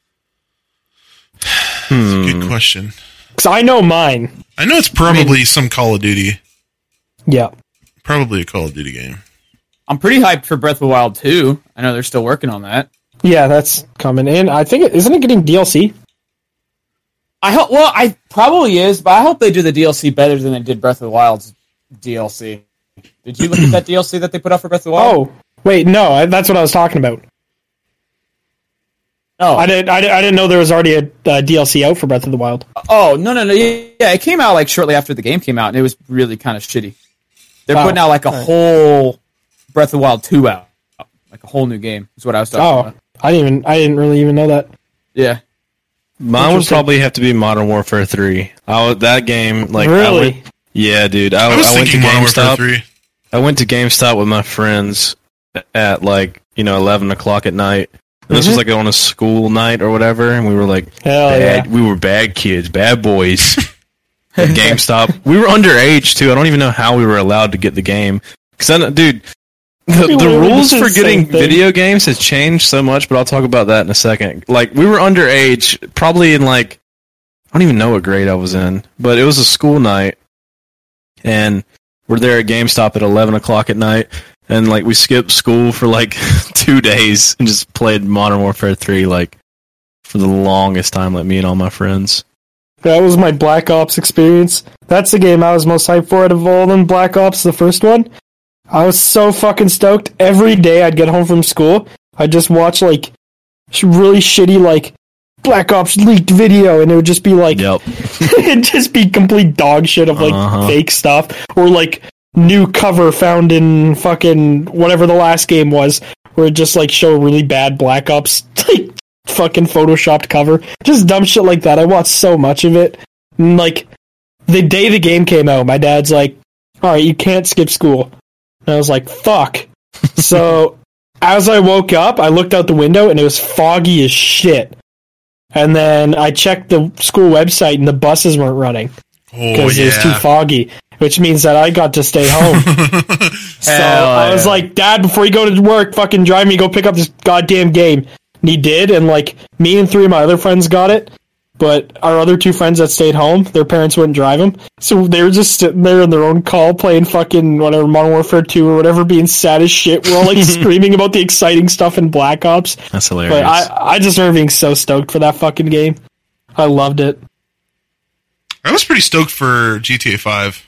Hmm. Good question. Cuz I know mine. I know it's probably some Call of Duty, Yeah. probably a Call of Duty game. I'm pretty hyped for Breath of the Wild 2 I know they're still working on that Yeah, that's coming in. I think it, isn't it getting DLC? I hope well I probably is but I hope they do the DLC better than they did Breath of the Wild's DLC did you look at that DLC that they put out for Breath of the Wild Oh, wait, no, I, that's what I was talking about. Oh, I didn't. I, didn't- I didn't know there was already a uh, DLC out for Breath of the Wild. oh no no no yeah, yeah, it came out like shortly after the game came out, and it was really kind of shitty. They're Wow. putting out like a whole Breath of the Wild two out, like a whole new game. Is what I was talking Oh, about. I didn't even. I didn't really even know that. Yeah, Mine would Interesting. probably have to be Modern Warfare Three. I would- that game like I Really? went- yeah, dude. I, I was Oh, I went to thinking Modern Warfare GameStop. Three. I went to GameStop with my friends at like you know eleven o'clock at night. And this was Mm-hmm. like on a school night or whatever, and we were like, Hell bad, Oh, yeah. we were bad kids, bad (laughs) boys. at GameStop, we were underage too. I don't even know how we were allowed to get the game because, dude, the, We the were- we rules did for the same getting thing. video games has changed so much. But I'll talk about that in a second. Like we were underage, probably in like I don't even know what grade I was in, but it was a school night, and we're there at GameStop at eleven o'clock at night, and like we skipped school for like (laughs) two days and just played Modern Warfare Three like for the longest time, like me and all my friends. That was my Black Ops experience. That's the game I was most hyped for out of all them Black Ops, the first one. I was so fucking stoked. Every day I'd get home from school, I'd just watch like sh- really shitty like Black Ops leaked video, and it would just be like Yep. (laughs) it'd just be complete dog shit of like Uh-huh. fake stuff or like new cover found in fucking whatever the last game was, where it just like show really bad Black Ops (laughs) like fucking photoshopped cover, just dumb shit like that. I watched so much of it. And, like the day the game came out, my dad's like, "All right, you can't skip school," and I was like, "Fuck." so as I woke up, I looked out the window and it was foggy as shit. And then I checked the school website and the buses weren't running Oh because it was too yeah. foggy, which means that I got (laughs) to stay home. so Oh, I was like, Dad, before you go to work, fucking drive me, go pick up this goddamn game. And he did, and like me and three of my other friends got it, but our other two friends that stayed home, their parents wouldn't drive them, so they were just sitting there in their own call playing fucking whatever Modern Warfare Two or whatever, being sad as shit. We're (laughs) all like screaming about the exciting stuff in Black Ops, That's hilarious. but I I just remember being so stoked for that fucking game. I loved it. I was pretty stoked for GTA Five.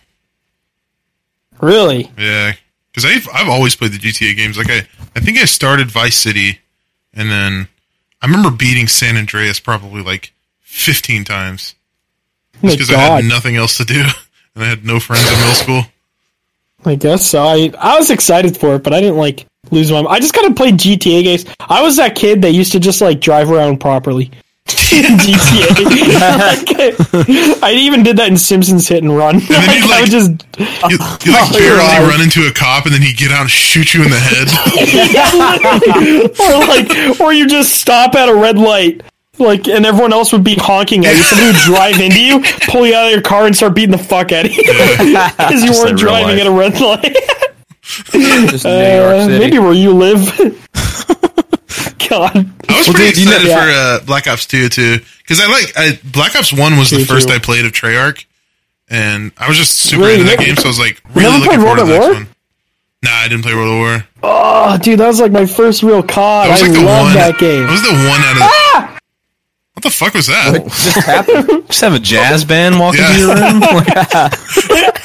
Really? Yeah, because I've I've always played the GTA games. Like I I think I started Vice City, and then I remember beating San Andreas probably like fifteen times Oh my because I had God. nothing else to do and I had no friends in middle (laughs) school. I guess so. I I was excited for it, but I didn't like lose my. I just kind of played GTA games. I was that kid that used to just like drive around properly. (laughs) in GTA. Like, (laughs) I even did that in Simpsons Hit and Run. then Like, you, I like- would just You, you like Oh, barely God. run into a cop and then he'd get out and shoot you in the (laughs) head. or like or you just stop at a red light. Like and everyone else would be honking at you. Somebody would drive into you, pull you out of your car, and start beating the fuck out of you (laughs) because you Just weren't like real driving life. at a red light. just New York Uh, City. maybe where you live. (laughs) God, I was Well, pretty dude, you know- excited for uh, Black Ops Two too because I like I, Black Ops One was the Two, first two. I played of Treyarch, and I was just super Really? into that Never- game. So I was like really never looking played forward to World the at next War? one. Nah, I didn't play World of War. Oh, dude, that was like my first real COD. That was Oh, I like the love one. that game. Ah! That was the one out of. The, What the fuck was that? Oh. Just have (laughs) a jazz band walk Yeah. into your room. (laughs) Like,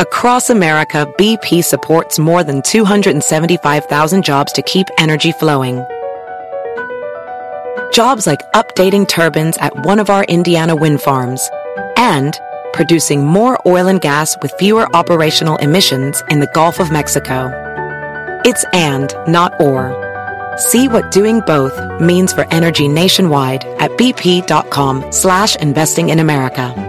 Across America, BP supports more than 275,000 jobs to keep energy flowing. Jobs like updating turbines at one of our Indiana wind farms and producing more oil and gas with fewer operational emissions in the Gulf of Mexico. It's and, not or. See what doing both means for energy nationwide at bp.com slash investing in America.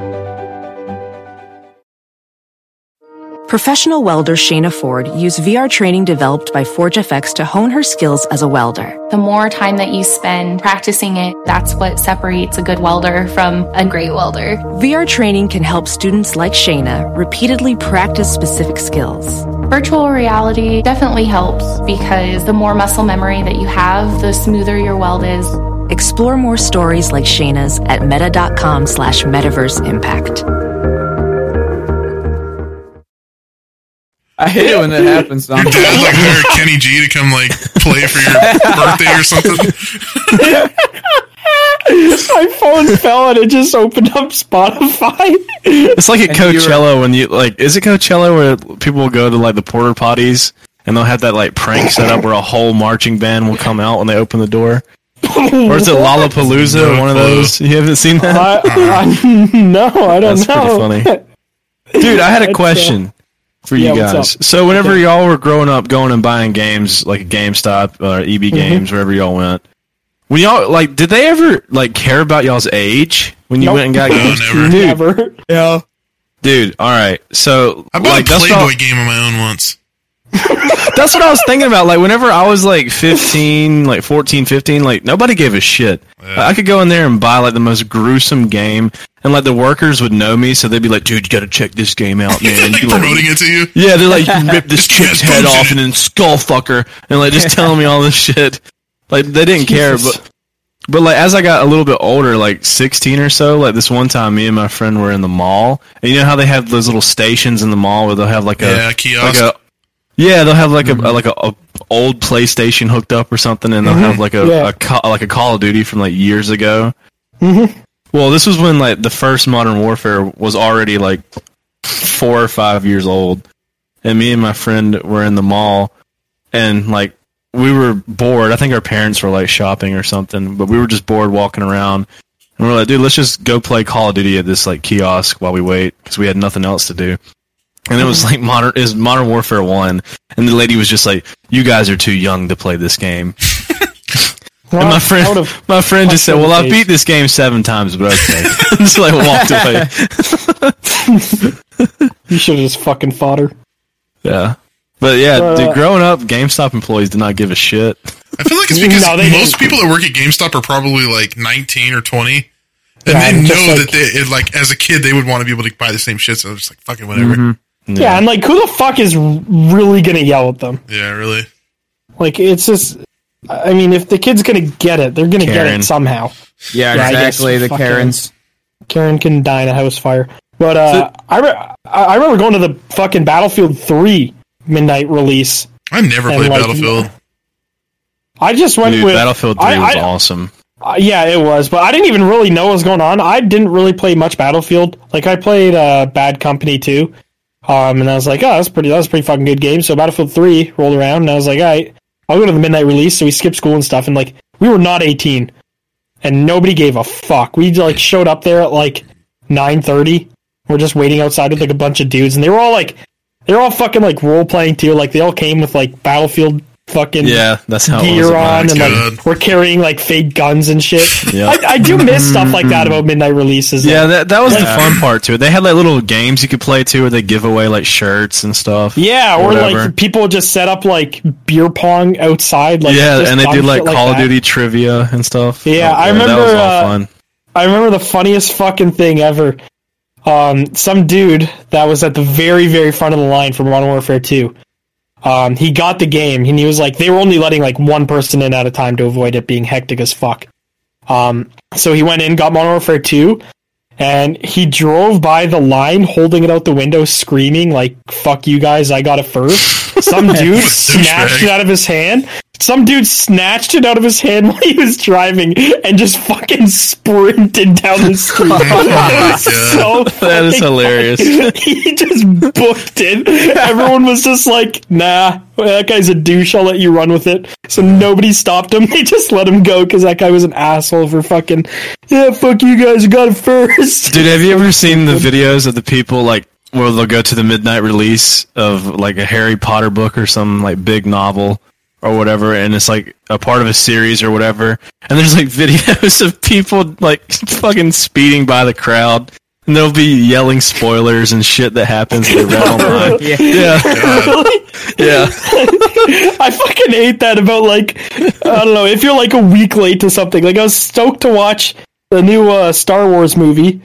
Professional welder Shayna Ford used VR training developed by ForgeFX to hone her skills as a welder. The more time that you spend practicing it, that's what separates a good welder from a great welder. VR training can help students like Shayna repeatedly practice specific skills. Virtual reality definitely helps because the more muscle memory that you have, the smoother your weld is. Explore more stories like Shayna's at meta.com slash metaverse impact. I hate it when that happens. Tom. Your dad's like hired Kenny G to come like play for (laughs) your birthday or something. (laughs) my phone fell and it just opened up Spotify. (laughs) it's like at you were- Coachella when you like. Is it Coachella where people go to like the porter potties and they'll have that like prank set up where a whole marching band will come out when they open the door. (laughs) Or is it Lollapalooza? One of those. You haven't seen that? I, I, (laughs) no, I don't That's pretty know. (laughs) funny. Dude, I had a It's, uh, question for you yeah, what's guys. up? So whenever y'all were growing up, going and buying games like GameStop or EB Mm-hmm. Games, wherever y'all went, when y'all like, did they ever like care about y'all's age when you Nope. went and (laughs) got No, games? never. (laughs) Dude, Never. yeah. Dude, all right. So I bought like, a that's what I- Playboy game of my own once. that's what I was thinking about. Like, whenever I was like 15, like 14, 15, like, nobody gave a shit. Yeah. I could go in there and buy like the most gruesome game, and like the workers would know me, so they'd be like, dude, you gotta check this game (laughs) out, man. like You, like- promoting it to you. yeah, (laughs) they're like, you can rip this chick's Yeah, head don't off you- and then skull fucker, and like (laughs) just telling me all this shit. Like they didn't care, but but like as I got a little bit older, like sixteen or so, like this one time, me and my friend were in the mall, and you know how they have those little stations in the mall where they'll have like a Yeah, kiosk. like a yeah, they'll have like a like a, a old PlayStation hooked up or something, and they'll have like a, Yeah. a ca- like a Call of Duty from like years ago. Well, this was when like the first Modern Warfare was already like four or five years old, and me and my friend were in the mall, and like we were bored. I think our parents were like shopping or something, but we were just bored walking around, and we we're like, dude, let's just go play Call of Duty at this like kiosk while we wait because we had nothing else to do. And it Mm-hmm. was like modern is Modern Warfare One, and the lady was just like, "You guys are too young to play this game." And my I friend, would've- my friend just said, punched her in "Well, the I face." beat this game seven times, (laughs) but okay." (laughs) just like walked away. you should have just fucking fought her. Yeah, but yeah, Uh, dude, growing up, GameStop employees did not give a shit. I feel like it's because No, they most didn't. people that work at GameStop are probably like 19 or 20. And Yeah, they just know like- that they, it, like, as a kid, they would want to be able to buy the same shit. So they're just like, fucking whatever. Mm-hmm. Yeah. and like, who the fuck is really gonna yell at them? Yeah, really. Like, it's just. I mean, if the kid's gonna get it, they're gonna get Karen. it somehow. Yeah, Yeah, I guess exactly. The fucking- Karens. Karen can die in a house fire. But uh, I re- I I remember going to the fucking Battlefield Three midnight release. I never And, played like, Battlefield. I just went Dude, with Battlefield Three I- was I- awesome. Uh, yeah, it was, but I didn't even really know what was going on. I didn't really play much Battlefield. Like I played uh, Bad Company too, um, and I was like, oh, that's pretty. That was a pretty fucking good game. So Battlefield Three rolled around, and I was like, all right, I'll go to the midnight release. So we skipped school and stuff, and like we were not eighteen, and nobody gave a fuck. We like showed up there at like nine thirty. We're just waiting outside with like a bunch of dudes, and they were all like, they were all fucking like role playing too. Like they all came with like Battlefield fucking Yeah, that's how it Oh, was. gear on and God. like we're carrying like fake guns and shit. Yeah. Mm. I, I do miss stuff like that about midnight releases. yeah, that that was the Yeah. fun part to it. They had like little games you could play too, where they give away like shirts and stuff. yeah, or Whatever. like people just set up like beer pong outside. Like yeah, just and they dumb did like shit Call of that. Duty trivia and stuff. Oh, Yeah, I That was remember, all uh, fun. (laughs) I remember the funniest fucking thing ever. Um, some dude that was at the very, very front of the line for Modern Warfare 2. Um, he got the game and he was like, they were only letting like one person in at a time to avoid it being hectic as fuck. Um, so he went in, got Modern Warfare 2, and he drove by the line holding it out the window screaming like, fuck you guys, I got it first. Some dude snatched it out of his hand. Some dude snatched it out of his hand (laughs) while he was driving and just fucking sprinted down the street. That was (laughs) so (laughs) That is funny. hilarious. Oh, (laughs) he just booked it. Everyone was just like, nah, that guy's a douche. I'll let you run with it. So nobody stopped him. (laughs) They just let him go because that guy was an asshole for fucking, yeah, fuck you guys. You got it first. (laughs) Dude, have you ever seen the videos of the people like where they'll go to the midnight release of like a Harry Potter book or some like big novel or whatever, and it's like a part of a series or whatever, and there's like (laughs) videos of people like fucking speeding by the crowd. And they'll be yelling spoilers and shit that happens in the red online. Yeah. (laughs) Yeah. I fucking hate that about like, I don't know, if you're like a week late to something. Like, I was stoked to watch the new uh, Star Wars movie.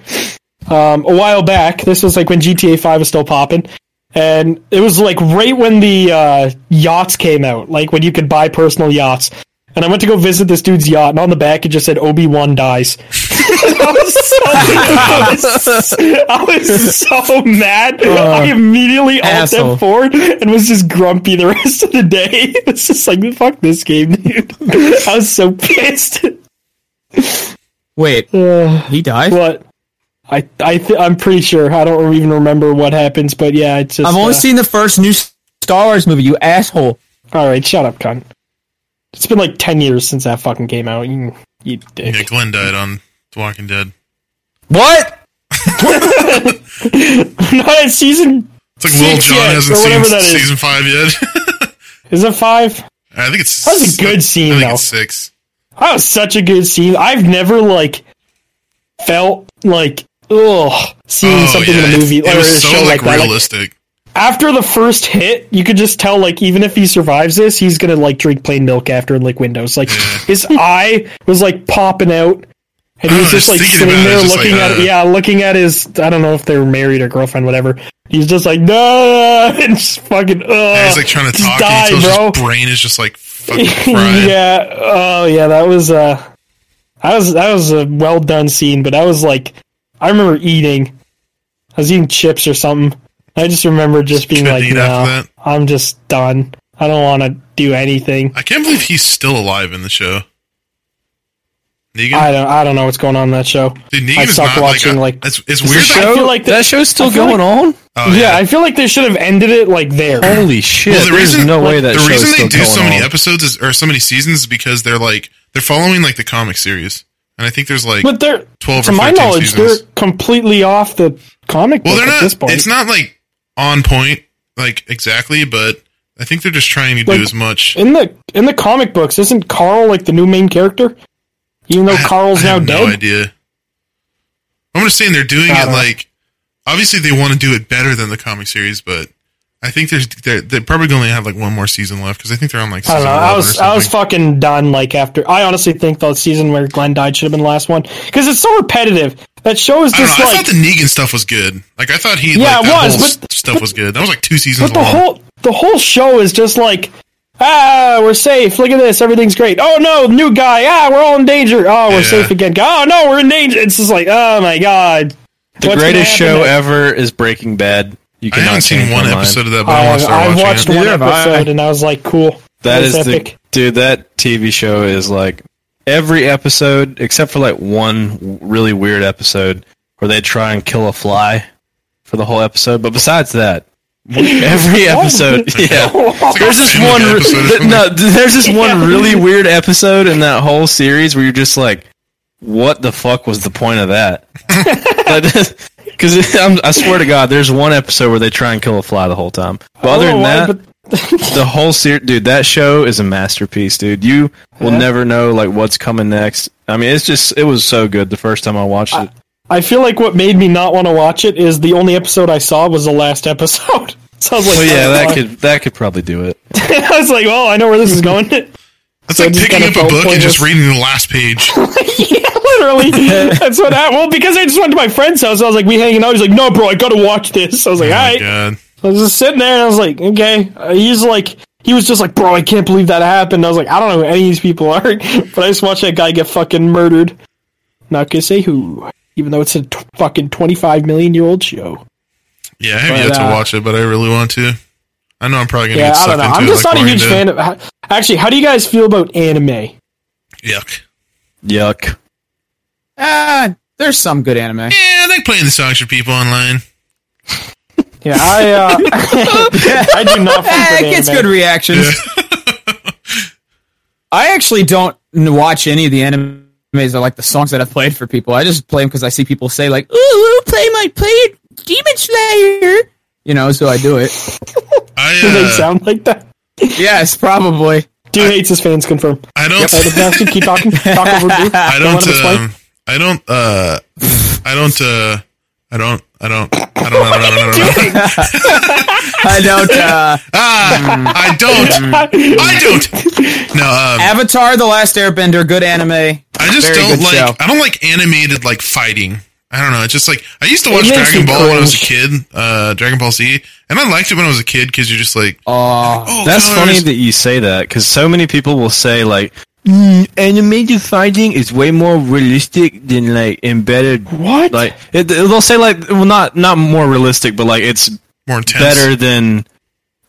um, a while back. This was like when GTA Five was still popping, and it was like right when the uh, yachts came out, like when you could buy personal yachts. And I went to go visit this dude's yacht, and on the back it just said Obi Wan dies. (laughs) I, was so, I, was, I was so mad. I immediately asshole. ulted forward and was just grumpy the (laughs) rest of the day. (laughs) It was just like fuck this game, dude. I was so pissed. Wait, he died. What? I I th- I'm pretty sure. I don't even remember what happens, but yeah, it's just. I've only uh, seen the first new Star Wars movie, you asshole. All right, shut up, cunt. It's been like ten years since that fucking came out. You, you dick. (laughs) Yeah, Glenn died on The Walking Dead. What? Not in season. It's like Lil Six John yet, hasn't or seen whatever that is. season five yet. (laughs) Is it five? I think it's. That was a good I think scene, though. It's six. That was such a good scene. I've never like felt like ugh seeing something in a Oh, it- movie It, or a was so show like, like, that. Like, realistic. after the first hit, you could just tell like even if he survives this, he's gonna like drink plain milk after and lick windows. Like (laughs) his eye was like popping out. And he I was don't know, just like just thinking about sitting it, there it's just looking like, at uh, yeah, looking at his I don't know if they were married or girlfriend, whatever. He's just like, no (laughs) and just fucking ugh. And he's like trying to just talk, die, and you bro. tell his brain is (laughs) just like fucking fried. yeah. Oh, yeah. That was uh, that was that was a well done scene. But I was like, I remember eating. I was eating chips or something. I just remember just being couldn't like, eat after no, that. I'm just done. I don't want to do anything. I can't believe he's still alive in the show. Negan, I don't. I don't know what's going on in that show. Dude, Negan's I suck not watching. like, Like, a, it's, it's Is weird. the that- show, I feel like the- that show's still I feel going on. oh, yeah, I feel like they should have ended it like there. (laughs) Holy shit! Well, the There's reason- no way that the show's reason they still do going so many on. episodes is, or so many seasons is because they're like they're following like the comic series, and I think there's like But they're, 12 to or my 13 knowledge, seasons. they're completely off the comic well book they're at not. this point. It's not like on point like exactly, but I think they're just trying to Like, do as much. in the in the comic books, isn't Carl like the new main character? Even (laughs) though I- Oh, Carl's I now have dead. No idea. I'm just saying they're doing I it don't know. like obviously they want to do it better than the comic series, but I think there's they're, they're probably going to have like one more season left because I think they're on like I season don't know. 11 I or was I was something. fucking done. Like after, I honestly think the season where Glenn died should have been the last one because it's so repetitive. That show is I, don't just know, I like thought the Negan stuff was good. Like I thought he Yeah, like, it that was, whole but- s- stuff was good. That was like two seasons but the long. whole the whole show is just like ah we're safe. Look at this, everything's great. Oh no, new guy. Ah, we're all in danger. Oh, we're Yeah. safe again. Oh no, we're in danger. It's just like oh my god. The What's gonna greatest happen show next? ever is Breaking Bad. You I haven't cannot seen change one my mind. episode of that, but I, want to I've, start I've watching watched it. one Neither have I. episode and I was like, cool. That was is the dude. That TV show is like every episode except for like one w- really weird episode where they try and kill a fly for the whole episode. But besides (laughs) that, every episode, (laughs) yeah, like a there's this family one. re- episode or th- no, th- there's (laughs) this one really weird episode in that whole series where you're just like, what the fuck was the point (laughs) of that? Because I swear to God, there's one episode where they try and kill a fly the whole time. But other than Oh, why, that, but- (laughs) the whole series, dude. That show is a masterpiece, dude. You will never know like what's coming next. I mean, it's just it was so good the first time I watched it. I feel like what made me not want to watch it is the only episode I saw was the last episode. (laughs) so I was like, Well, yeah, "Oh, that fuck." could that could probably do it. (laughs) I was like, well, I know where this is going. (laughs) That's So like just picking kinda up felt a book and just pointless. reading the last page. (laughs) Literally, that's what happened. Well, because I just went to my friend's house, I was like, we hanging out. He's like, no, bro, I gotta watch this. I was like, all Oh My right. God. I was just sitting there, and I was like, okay. Uh, he's like, he was just like, bro, I can't believe that happened. I was like, I don't know who any of these people (laughs) are, but I just watched that guy get fucking murdered. Not gonna say who, even though it's a t- fucking twenty-five million year old show. Yeah, I have yet to uh, watch it, but I really want to. I know I'm probably gonna Yeah, get I sucked don't know. into I'm it. just like not a Walking huge Dead. fan of. ho- Actually, how do you guys feel about anime? Yuck. Yuck. Ah, there's some good anime. Yeah, I like playing the songs for people online. Yeah, I uh, I do (laughs) not. Eh, fuck it with gets anime. good reactions. (laughs) I actually don't n- watch any of the animes or like the songs that I've played for people. I just play them because I see people say like, "Ooh, play my play Demon Slayer," you know, so I do it. I Do they uh, sound like that? yes, probably. Dude hates his fans. Confirm. I don't Sorry, the you keep talking. Talk over me. I Don't let don't him explain. um I don't uh I don't uh I don't I don't I don't I don't I don't, I don't, I don't. I (laughs) don't. Uh, Ah, I don't I don't No um Avatar: The Last Airbender, good anime. I just Very don't good like show. I don't like animated like fighting. I don't know. It's just like I used to watch makes Dragon me Ball when I was a kid, uh Dragon Ball Z, and I liked it when I was a kid cuz you're just like oh That's colors. funny that you say that because so many people will say like, mm, animated fighting is way more realistic than like embedded. What? Like it, they'll say like, well, not not more realistic, but like it's more intense. better than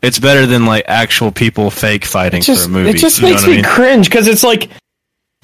it's better than like actual people fake fighting just, for a movie. It just you know makes what I me mean? cringe because it's like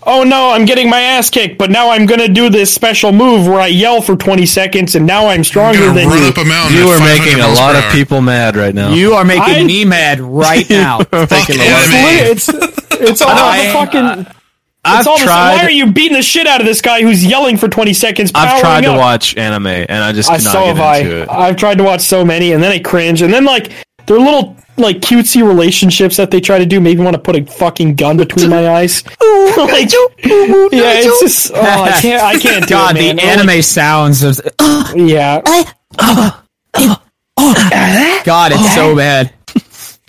oh no, I'm getting my ass kicked, but now I'm gonna do this special move where I yell for 20 seconds and now I'm I'm stronger gonna than run you. up a mountain. You at are 500 making a miles lot per of hour. people mad right now. You are making I- me mad right now. Fuck Taking a lot of- anime. It's, (laughs) it's all the fucking. It's I've all the, why are tried. you beating the shit out of this guy who's yelling for 20 seconds? I've powering tried to up? watch anime, and I just I cannot so have get into I. it. I've tried to watch so many, and then I cringe, and then like their little like cutesy relationships that they try to do make me want to put a fucking gun between my eyes. (laughs) like, yeah, it's just oh, I (laughs) can't. I can't do God, it, man. the I'm anime sounds of like, yeah, God, Oh, it's Oh. so bad.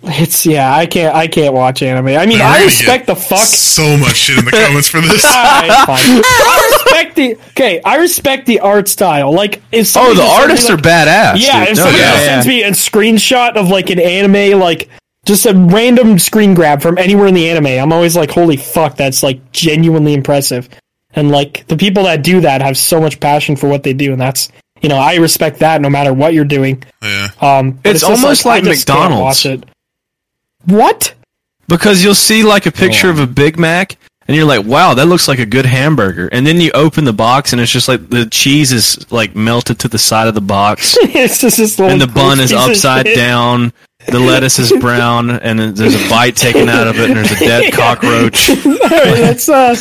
it's yeah. I can't. I can't watch anime. I mean, Man, we're I gonna respect the get fuck. (laughs) So much shit in the comments for this. Alright, fine. I respect the okay. I respect the art style. Like, if Oh, somebody the just sent me, artists like, are badass. Yeah, dude. if No somebody doubt. just yeah. sends me a screenshot of like an anime, like just a random screen grab from anywhere in the anime, I'm always like, holy fuck, that's like genuinely impressive. And like the people that do that have so much passion for what they do, and that's you know I respect that no matter what you're doing. yeah. Um, but It's just almost I like just can't watch McDonald's. it. What? (laughs) Because you'll see like a picture of a Big Mac and you're like, wow, that looks like a good hamburger. And then you open the box and it's just like the cheese is like melted to the side of the (laughs) box it's just this little and the bun piece is of upside shit. down. The lettuce is brown and then there's a bite taken out of it and there's a (laughs) dead cockroach. Alright, (laughs) that's uh,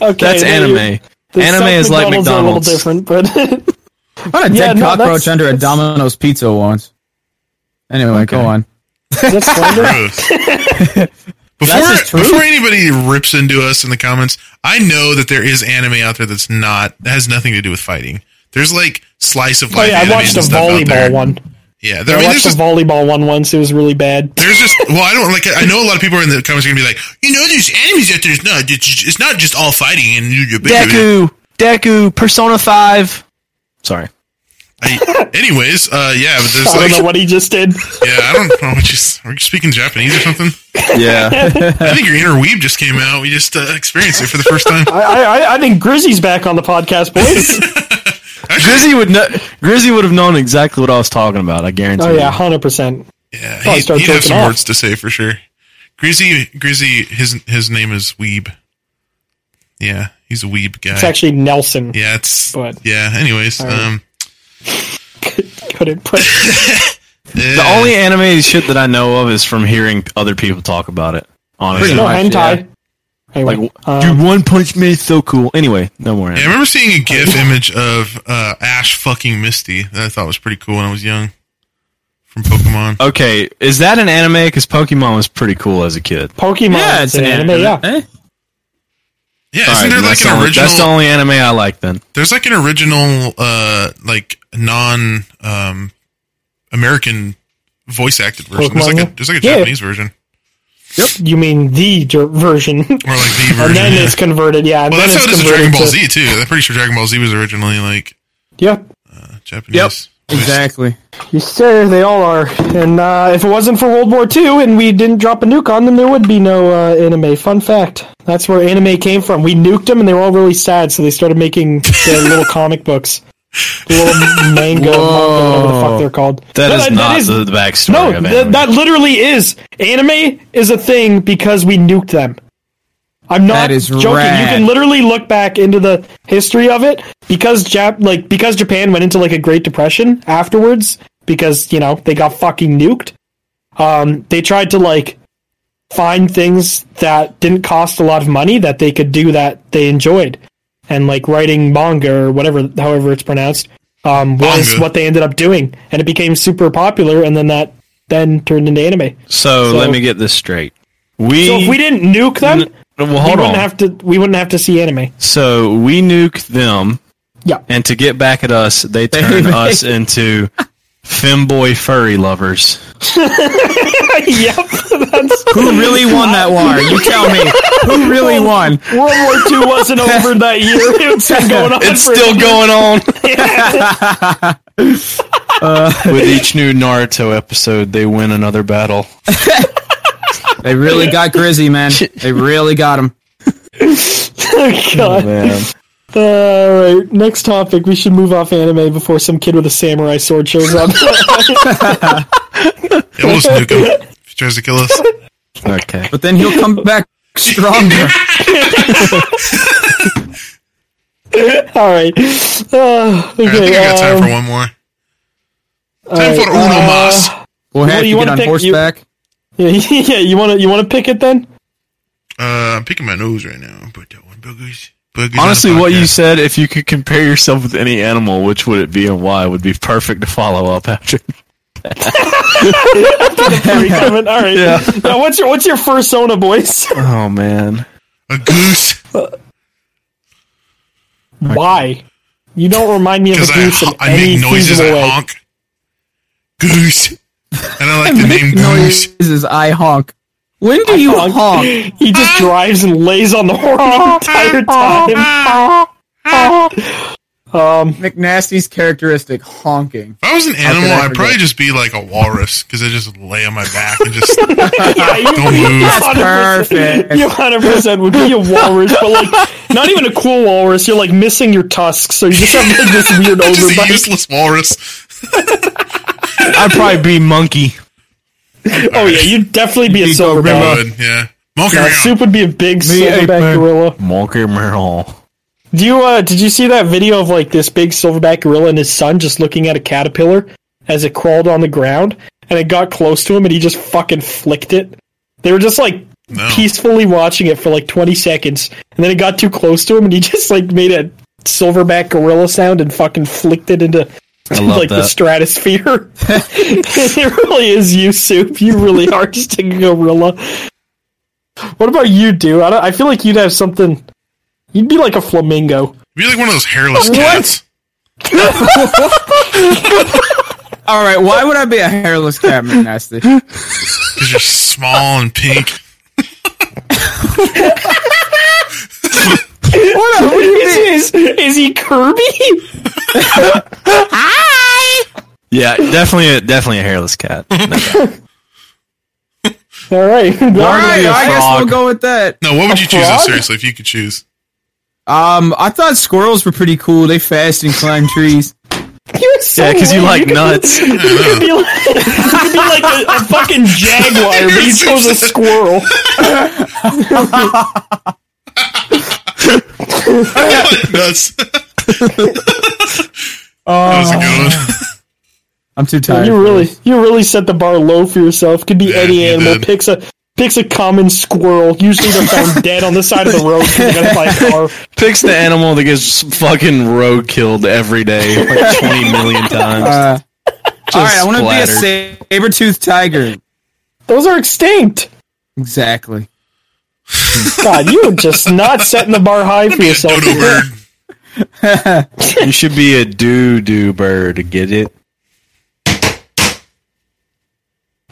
okay. That's there you- anime. the Anime Seth is like are McDonald's. A little different, but (laughs) I had a Yeah, dead no, that's- cockroach under a that's- Domino's pizza once. Anyway, go on. that's (laughs) slander. (laughs) Gross. just Before, true. before anybody rips into us in the comments, I know that there is anime out there that's not that has nothing to do with fighting. There's like slice of Oh life. yeah, I anime watched and a stuff out there. volleyball one. Yeah, there, I, I mean, there's watched a just volleyball one once. It was really bad. There's just well, I don't like. I know a lot of people are in the comments are gonna be like, you know, there's enemies out there. It's not. It's, it's not just all fighting and you. you Deku! Deku! Persona 5! Sorry. I, anyways, uh, yeah, but there's I don't like, know what he just did. yeah, I don't know what you. s- Are you speaking Japanese or something? (laughs) Yeah. I think your inner weeb just came out. We just uh, experienced it for the first (laughs) time. (laughs) I, I, I- I think Grizzy's back on the podcast, boys. (laughs) (laughs) Grizzy would know, Grizzy would have known exactly what I was talking about, I guarantee oh you. yeah, hundred percent. Yeah, Probably he, start he'd have jerking some off. words to say for sure. Grizzy, Grizzy, his his name is Weeb. Yeah, he's a weeb guy. It's actually Nelson. yeah, it's But- yeah. Anyways, um, (laughs) (laughs) Couldn't put. The only animated shit that I know of is from hearing other people talk about it. Honestly, Pretty no much, hentai. yeah. Anyway, like, Uh, dude, One Punch Man is so cool. Anyway, no more. Yeah, I Anime. remember seeing a (laughs) GIF image of uh, Ash fucking Misty that I thought was pretty cool when I was young from Pokemon. Oh, Okay, is that an anime? Because Pokemon was pretty cool as a kid. Pokemon. Yeah, it's an anime. Yeah, eh? Yeah, All isn't right, there like that's, an the only, original? that's the only anime I like. Then there's like an original, uh, like non um, American voice acted version. There's like a Pokemon? there's like a Yeah. Japanese version you mean the ger- version, or like the (laughs) and version. then yeah. it's converted. Yeah, and well, then that's how it's it is with Dragon converted Ball to- Z too. I'm pretty sure Dragon Ball Z was originally like Yeah, Japanese. voiced. Exactly. yes, sir. They all are. And uh, if it wasn't for World War II and we didn't drop a nuke on them, there would be no uh, anime. Fun fact: that's where anime came from. We nuked them, and they were all really sad, so they started making their little comic books, (laughs) little manga, manga, whatever the fuck they're called. that No, is not the, the backstory. no, of th- anime. that literally is anime is a thing because we nuked them. I'm not That is joking. rad. You can literally look back into the history of it because Jap- like because Japan went into like a Great Depression afterwards because you know they got fucking nuked. Um, they tried to like find things that didn't cost a lot of money that they could do that they enjoyed, and like writing manga or whatever, however it's pronounced, um, was Manga. what they ended up doing, and it became super popular, and then that then turned into anime. so, so- let me get this straight. We, So if we didn't nuke them, N- well, we hold wouldn't on. have to. We wouldn't have to see anime. so we nuke them, Yeah, and to get back at us, they turn us into femboy furry lovers. (laughs) yep. That's, Who really won that war? You tell me. Who really won? World War II (laughs) wasn't over that year. (laughs) It's been going on. It's for- still going on. (laughs) Uh, With each new Naruto episode, they win another battle. They really got Grizzy, (laughs) man. They really got him. God. Man. (laughs) All right. Next topic. We should move off anime before some kid with a samurai sword shows (laughs) up. (laughs) Yeah, we'll just nuke him if he tries to kill us. Okay. But then he'll come back (laughs) stronger. All right. Uh, okay. I think I got time um, for one more. Time for uno uh, mas. Go ahead. do you you get wanna on pick? You- horseback. (laughs) yeah, yeah, you want to you want to pick it then? Uh, I'm picking my nose right now. But that one boogers. Boogers on Honestly, the what you podcast. said, if you could compare yourself with any animal, which would it be and why, would be perfect to follow up after. Pretty common. All right. Yeah. Uh, What's your what's your fursona, boys? Oh, man. a goose (laughs) Why? You don't remind me of a because I, goose in ho- I any make noises. I feasible way. honk. Goose, and I (laughs) like the name goose. This is I honk. When do you honk? honk. (laughs) He Ah! just drives and lays on the horn the entire Ah! time. Um, McNasty's characteristic honking. If I was an animal, I I'd probably forget? just be like a walrus because I just lay on my back and (laughs) just (laughs) don't (laughs) yeah, you, move. 100%, Perfect. you 100% would be a walrus, but like, not even a cool walrus. You're like missing your tusks, so you just have like, this weird (laughs) just a overbite. useless walrus. I'd probably be monkey. Oh, yeah, you'd definitely be a You'd go silverback. Good, yeah. Monkey Uh, Yeah, round. Soup would be a big ape silverback man. gorilla. Monkey Merle. Do you uh did you see that video of like this big silverback gorilla and his son just looking at a caterpillar as it crawled on the ground and it got close to him and he just fucking flicked it? They were just like No. peacefully watching it for like 20 seconds and then it got too close to him and he (laughs) just like made a silverback gorilla sound and fucking flicked it into love like the that. stratosphere. (laughs) it really is you, Soup. You really (laughs) are just a gorilla. What about you, dude? I, don't, I feel like you'd have something. You'd be like a flamingo. Be like one of those hairless cats. All right, why would I be a hairless cat, (laughs) McNasty? Because you're small and pink. Is, is, is he Kirby? Yeah, definitely a, definitely a hairless (laughs) cat. All right. (laughs) All right, be a I guess frog. we'll go with that. No, what would you choose? though, frog? seriously, if you could choose, Um, I thought squirrels were pretty cool. They fast and climb trees. You're so yeah, because you lame. like nuts. (laughs) You could be like, you could be like a, a fucking jaguar, but you chose a squirrel. that's that was a good Oh. one. I'm too tired. You really, you really set the bar low for yourself. Could be Yeah, any you animal. did. Picks a picks a common squirrel. Usually they're found dead on the side of the road. 'cause They got by a car. Picks the animal that gets fucking road killed every day, (laughs) like 20 million times. Uh, all right, I want to be a splattered. saber toothed tiger. Those are extinct. Exactly. God, you are just not setting the bar high for yourself. (laughs) Dodo bird. you should be a doo doo bird. Get it?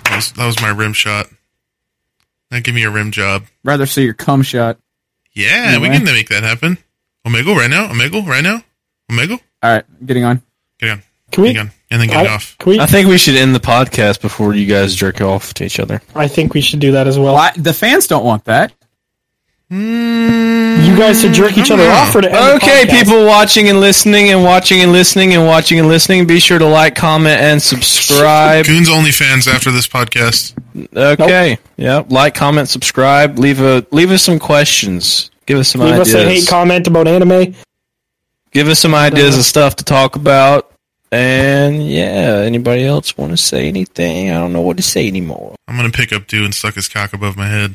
That was, that was my rim shot. Now give me a rim job. Rather see your cum shot. Yeah, we Anyway. can make that happen. Omegle right now. Omegle right now. Omegle. All right, getting on. Get on. Can we? Get on. And then get I, off. can we? I think we should end the podcast before you guys jerk off to each other. I think we should do that as well. Well, I, the fans don't want that. You guys should jerk each other off for to end the Okay, podcast? people watching and listening and watching and listening and watching and listening, be sure to like, comment, and subscribe. Coons only fans after this podcast. Okay. Yeah. Like, comment, subscribe. Leave a leave us some questions. Give us some Leave ideas. us a hate comment about anime. Give us some ideas of stuff to talk about. And yeah, anybody else want to say anything? I don't know what to say anymore. I'm gonna pick up dude and suck his cock above my head.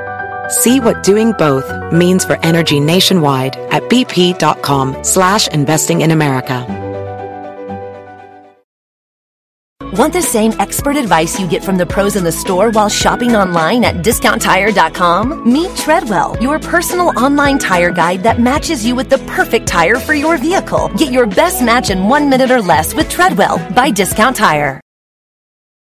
See what doing both means for energy nationwide at bp.com slash investing in America. Want the same expert advice you get from the pros in the store while shopping online at discounttire.com? Meet Treadwell, your personal online tire guide that matches you with the perfect tire for your vehicle. Get your best match in one minute or less with Treadwell by Discount Tire.